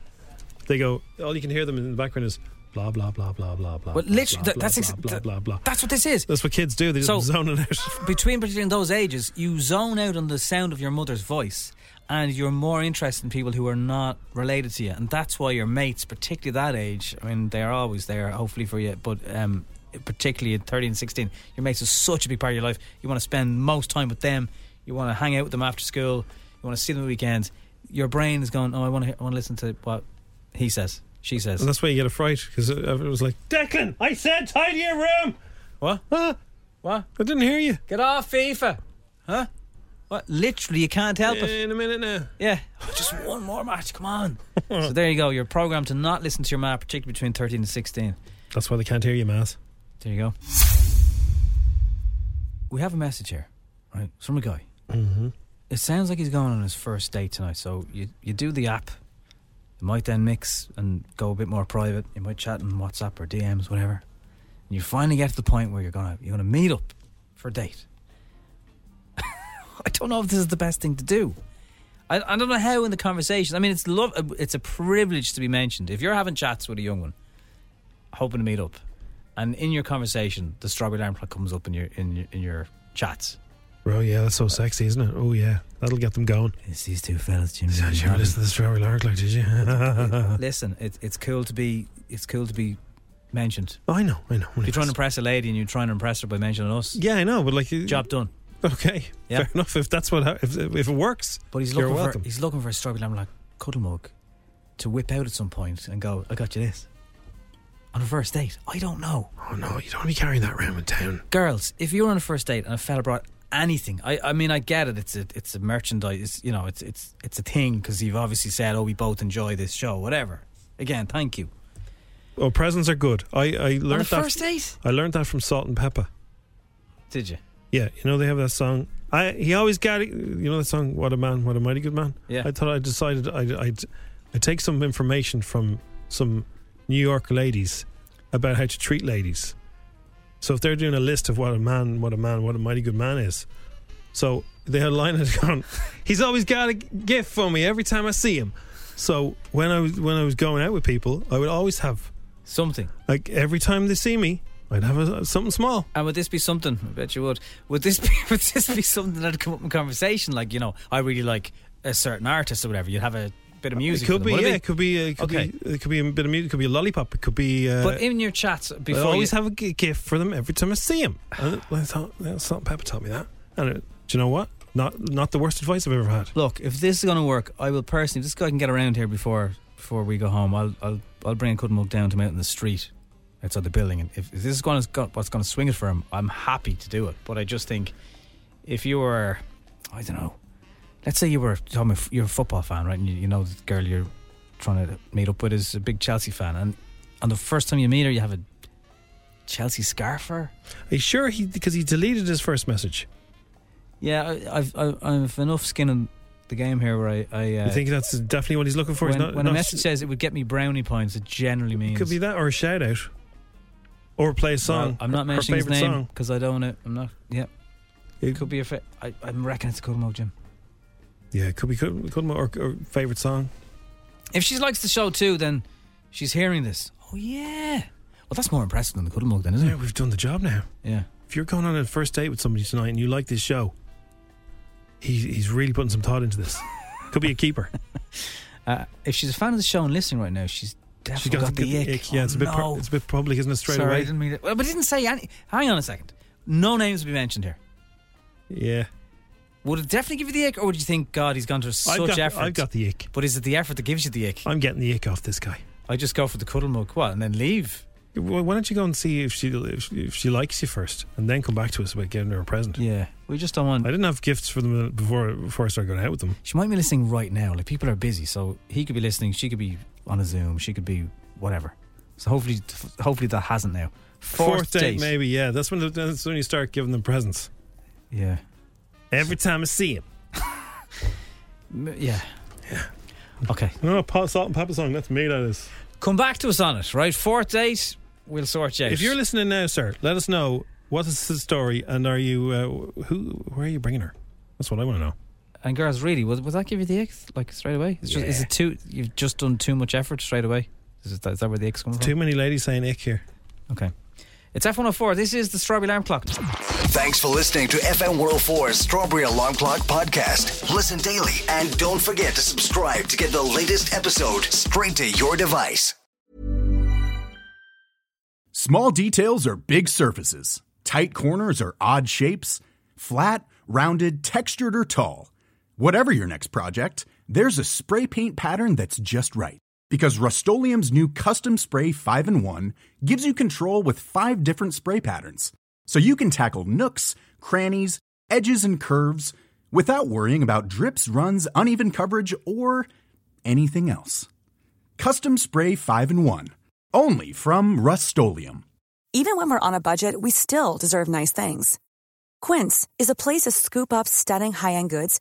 Speaker 2: they go. All you can hear them in the background is blah blah blah blah blah blah.
Speaker 3: Well,
Speaker 2: blah,
Speaker 3: literally,
Speaker 2: blah,
Speaker 3: that- that's
Speaker 2: blah,
Speaker 3: ex-
Speaker 2: blah,
Speaker 3: that-
Speaker 2: blah blah.
Speaker 3: That's what this is.
Speaker 2: That's what kids do. They just
Speaker 3: So-
Speaker 2: zone it out.
Speaker 3: between particularly in those ages, you zone out on the sound of your mother's voice, and you're more interested in people who are not related to you, and that's why your mates, particularly that age, I mean, they are always there, hopefully for you, but um, particularly at 13, 16, your mates is such a big part of your life. You want to spend most time with them. You want to hang out with them after school. You want to see them at weekends. Your brain is going, oh, I want to, I want to listen to what he says, she says.
Speaker 2: And that's why you get a fright because everyone's like, Declan, I said tidy your room.
Speaker 3: What? What?
Speaker 2: "Ah, I didn't hear you.
Speaker 3: Get off FIFA. Huh? What? Literally, you can't help it.
Speaker 2: In a minute now.
Speaker 3: Yeah. Oh, Just one more match. Come on. so there you go. You're programmed to not listen to your ma, particularly between 13 and 16.
Speaker 2: That's why they can't hear you, Maz.
Speaker 3: There you go. We have a message here, right? It's from a guy.
Speaker 2: Mm-hmm.
Speaker 3: It sounds like he's going on his first date tonight. So you, you do the app. You might then mix and go a bit more private. You might chat on WhatsApp or DMs, whatever. And you finally get to the point where you're gonna you're gonna meet up for a date. I don't know if this is the best thing to do. I, I don't know how in the conversation. I mean, it's love. It's a privilege to be mentioned. If you're having chats with a young one, hoping to meet up, and in your conversation, the strawberry alarm clock comes up in your in your, in your chats.
Speaker 2: Bro, yeah, that's so sexy, isn't it? Oh yeah, that'll get them going.
Speaker 3: It's these two fellas, Jimmy.
Speaker 2: Did you ever listen to the Strawberry Alarm Clock? Did you?
Speaker 3: Listen, it, it's cool to be it's cool to be mentioned.
Speaker 2: I know, I know.
Speaker 3: If you're trying to impress a lady and you're trying to impress her by mentioning us,
Speaker 2: Yeah, I know, but like,
Speaker 3: job done.
Speaker 2: okay,
Speaker 3: Yeah.
Speaker 2: fair enough. If that's what if, if it works,
Speaker 3: But he's
Speaker 2: you're
Speaker 3: looking for
Speaker 2: welcome.
Speaker 3: he's looking for a strawberry lamb like cuddle mug to whip out at some point and go, I got you this. On a first date. I don't know.
Speaker 2: Oh no, you don't want to be carrying that around in town.
Speaker 3: Girls, if you're on a first date and a fella brought anything, I, I mean I get it. It's a it's a merchandise. It's, you know, it's it's it's a thing because you've obviously said, oh, we both enjoy this show, whatever. Again, thank you.
Speaker 2: Oh, presents are good. I I learned
Speaker 3: on a
Speaker 2: that.
Speaker 3: first date,
Speaker 2: I learned that from Salt and Pepper.
Speaker 3: did you?
Speaker 2: Yeah, you know they have that song. I he always got it. You know that song. What a man, what a mighty good man.
Speaker 3: Yeah.
Speaker 2: I thought I decided I'd I'd, I'd take some information from some New York ladies about how to treat ladies. So if they're doing a list of what a man, what a man, what a mighty good man is, so they had a line that's gone. He's always got a gift for me every time I see him. So when I was when I was going out with people, I would always have
Speaker 3: something.
Speaker 2: Like every time they see me, I'd have a, something small.
Speaker 3: And would this be something? I bet you would. Would this be would this be something that'd come up in conversation? Like you know, I really like a certain artist or whatever. You'd have a bit of music.
Speaker 2: It
Speaker 3: for
Speaker 2: could
Speaker 3: them,
Speaker 2: be,
Speaker 3: would
Speaker 2: yeah,
Speaker 3: it
Speaker 2: it could be, uh, it could
Speaker 3: Okay.
Speaker 2: be, it could be a bit of music, it could be a lollipop, it could be. Uh,
Speaker 3: but in your chats before
Speaker 2: I always
Speaker 3: you,
Speaker 2: have a g- gift for them every time I see them. And I thought, that's not Pepper taught me that. And it, do you know what? Not, not the worst advice I've ever had.
Speaker 3: look, if this is going to work, I will personally. This guy can get around here before before we go home. I'll I'll I'll bring a cud mug down to him out in the street outside the building, and if, if this is going to what's going to swing it for him, I'm happy to do it. But I just think if you were, I don't know, let's say you were Tom, if you're a football fan, right? And you, you know the girl you're trying to meet up with is a big Chelsea fan, and and the first time you meet her, you have a Chelsea scarf. For her?
Speaker 2: Are you sure he because he deleted his first message?
Speaker 3: Yeah, I, I've I, I've enough skin in the game here where I, I uh,
Speaker 2: you think that's definitely what he's looking for? He's
Speaker 3: when,
Speaker 2: not-
Speaker 3: when
Speaker 2: not-
Speaker 3: a message says it would get me brownie points, it generally means
Speaker 2: could be that or a shout out, or play a song.
Speaker 3: Well, I'm not
Speaker 2: her- her
Speaker 3: mentioning his
Speaker 2: favourite
Speaker 3: name
Speaker 2: song.
Speaker 3: because I don't. know- I'm not. Yeah, it could be a. Fa- I, I reckon it's a good mode, Jim.
Speaker 2: Yeah, it could be could, could or, or favorite song.
Speaker 3: If she likes the show too, then she's hearing this. Oh yeah. Well, that's more impressive than the cuddle mug, then, isn't
Speaker 2: yeah, we've done the job now.
Speaker 3: Yeah.
Speaker 2: If you're going on a first date with somebody tonight and you like this show, he, he's really putting some thought into this. Could be a keeper.
Speaker 3: Uh, if she's a fan of the show and listening right now, she's definitely
Speaker 2: got
Speaker 3: got,
Speaker 2: the
Speaker 3: the
Speaker 2: good
Speaker 3: ick.
Speaker 2: ick, yeah, it's a
Speaker 3: Oh,
Speaker 2: bit pub-
Speaker 3: no.
Speaker 2: it's a bit public, isn't it, straight
Speaker 3: Sorry,
Speaker 2: away?
Speaker 3: I didn't mean it. Well, but it didn't say any. Hang on a second. No names to be mentioned here.
Speaker 2: Yeah.
Speaker 3: Would it definitely give you the ick, or would you think, God, he's gone to such
Speaker 2: got-
Speaker 3: effort?
Speaker 2: I've got the ick.
Speaker 3: But is it the effort that gives you the ick?
Speaker 2: I'm getting the ick off this guy.
Speaker 3: I just go for the cuddle mug, what, and then leave?
Speaker 2: Why why don't you go and see if she if she- if she likes you first, and then come back to us about getting her a present?
Speaker 3: Yeah, we just don't want.
Speaker 2: I didn't have gifts for them before before I started going out with them.
Speaker 3: She might be listening right now. Like people are busy, so he could be listening. She could be on a Zoom. She could be whatever. So hopefully, hopefully that hasn't now. Fourth,
Speaker 2: date, maybe. Yeah, that's when the, that's when you start giving them presents.
Speaker 3: Yeah.
Speaker 2: Every time I see him.
Speaker 3: M- Yeah. Okay.
Speaker 2: No, no, pa- salt and pepper song. That's me. That is.
Speaker 3: Come back to us on it, right? Fourth date, we'll sort you out.
Speaker 2: If you're listening now, sir, let us know what is the story, and are you uh, who? Where are you bringing her? That's what I want to know.
Speaker 3: and girls, really, would, would that give you the X like straight away? It's just, Is
Speaker 2: Yeah.
Speaker 3: it too? You've just done too much effort straight away. Is, it, is that where the X comes from?
Speaker 2: Too many ladies saying ick here.
Speaker 3: Okay. It's F104. This is the Strawberry Alarm Clock.
Speaker 26: Thanks for listening to FM 104's Strawberry Alarm Clock podcast. Listen daily and don't forget to subscribe to get the latest episode straight to your device.
Speaker 28: Small details are big surfaces. Tight corners are odd shapes. Flat, rounded, textured, or tall. Whatever your next project, there's a spray paint pattern that's just right. Because Rust new Custom Spray 5 in 1 gives you control with five different spray patterns. So you can tackle nooks, crannies, edges, and curves without worrying about drips, runs, uneven coverage, or anything else. Custom Spray 5 in 1. Only from Rust
Speaker 6: Even when we're on a budget, we still deserve nice things. Quince is a place to scoop up stunning high end goods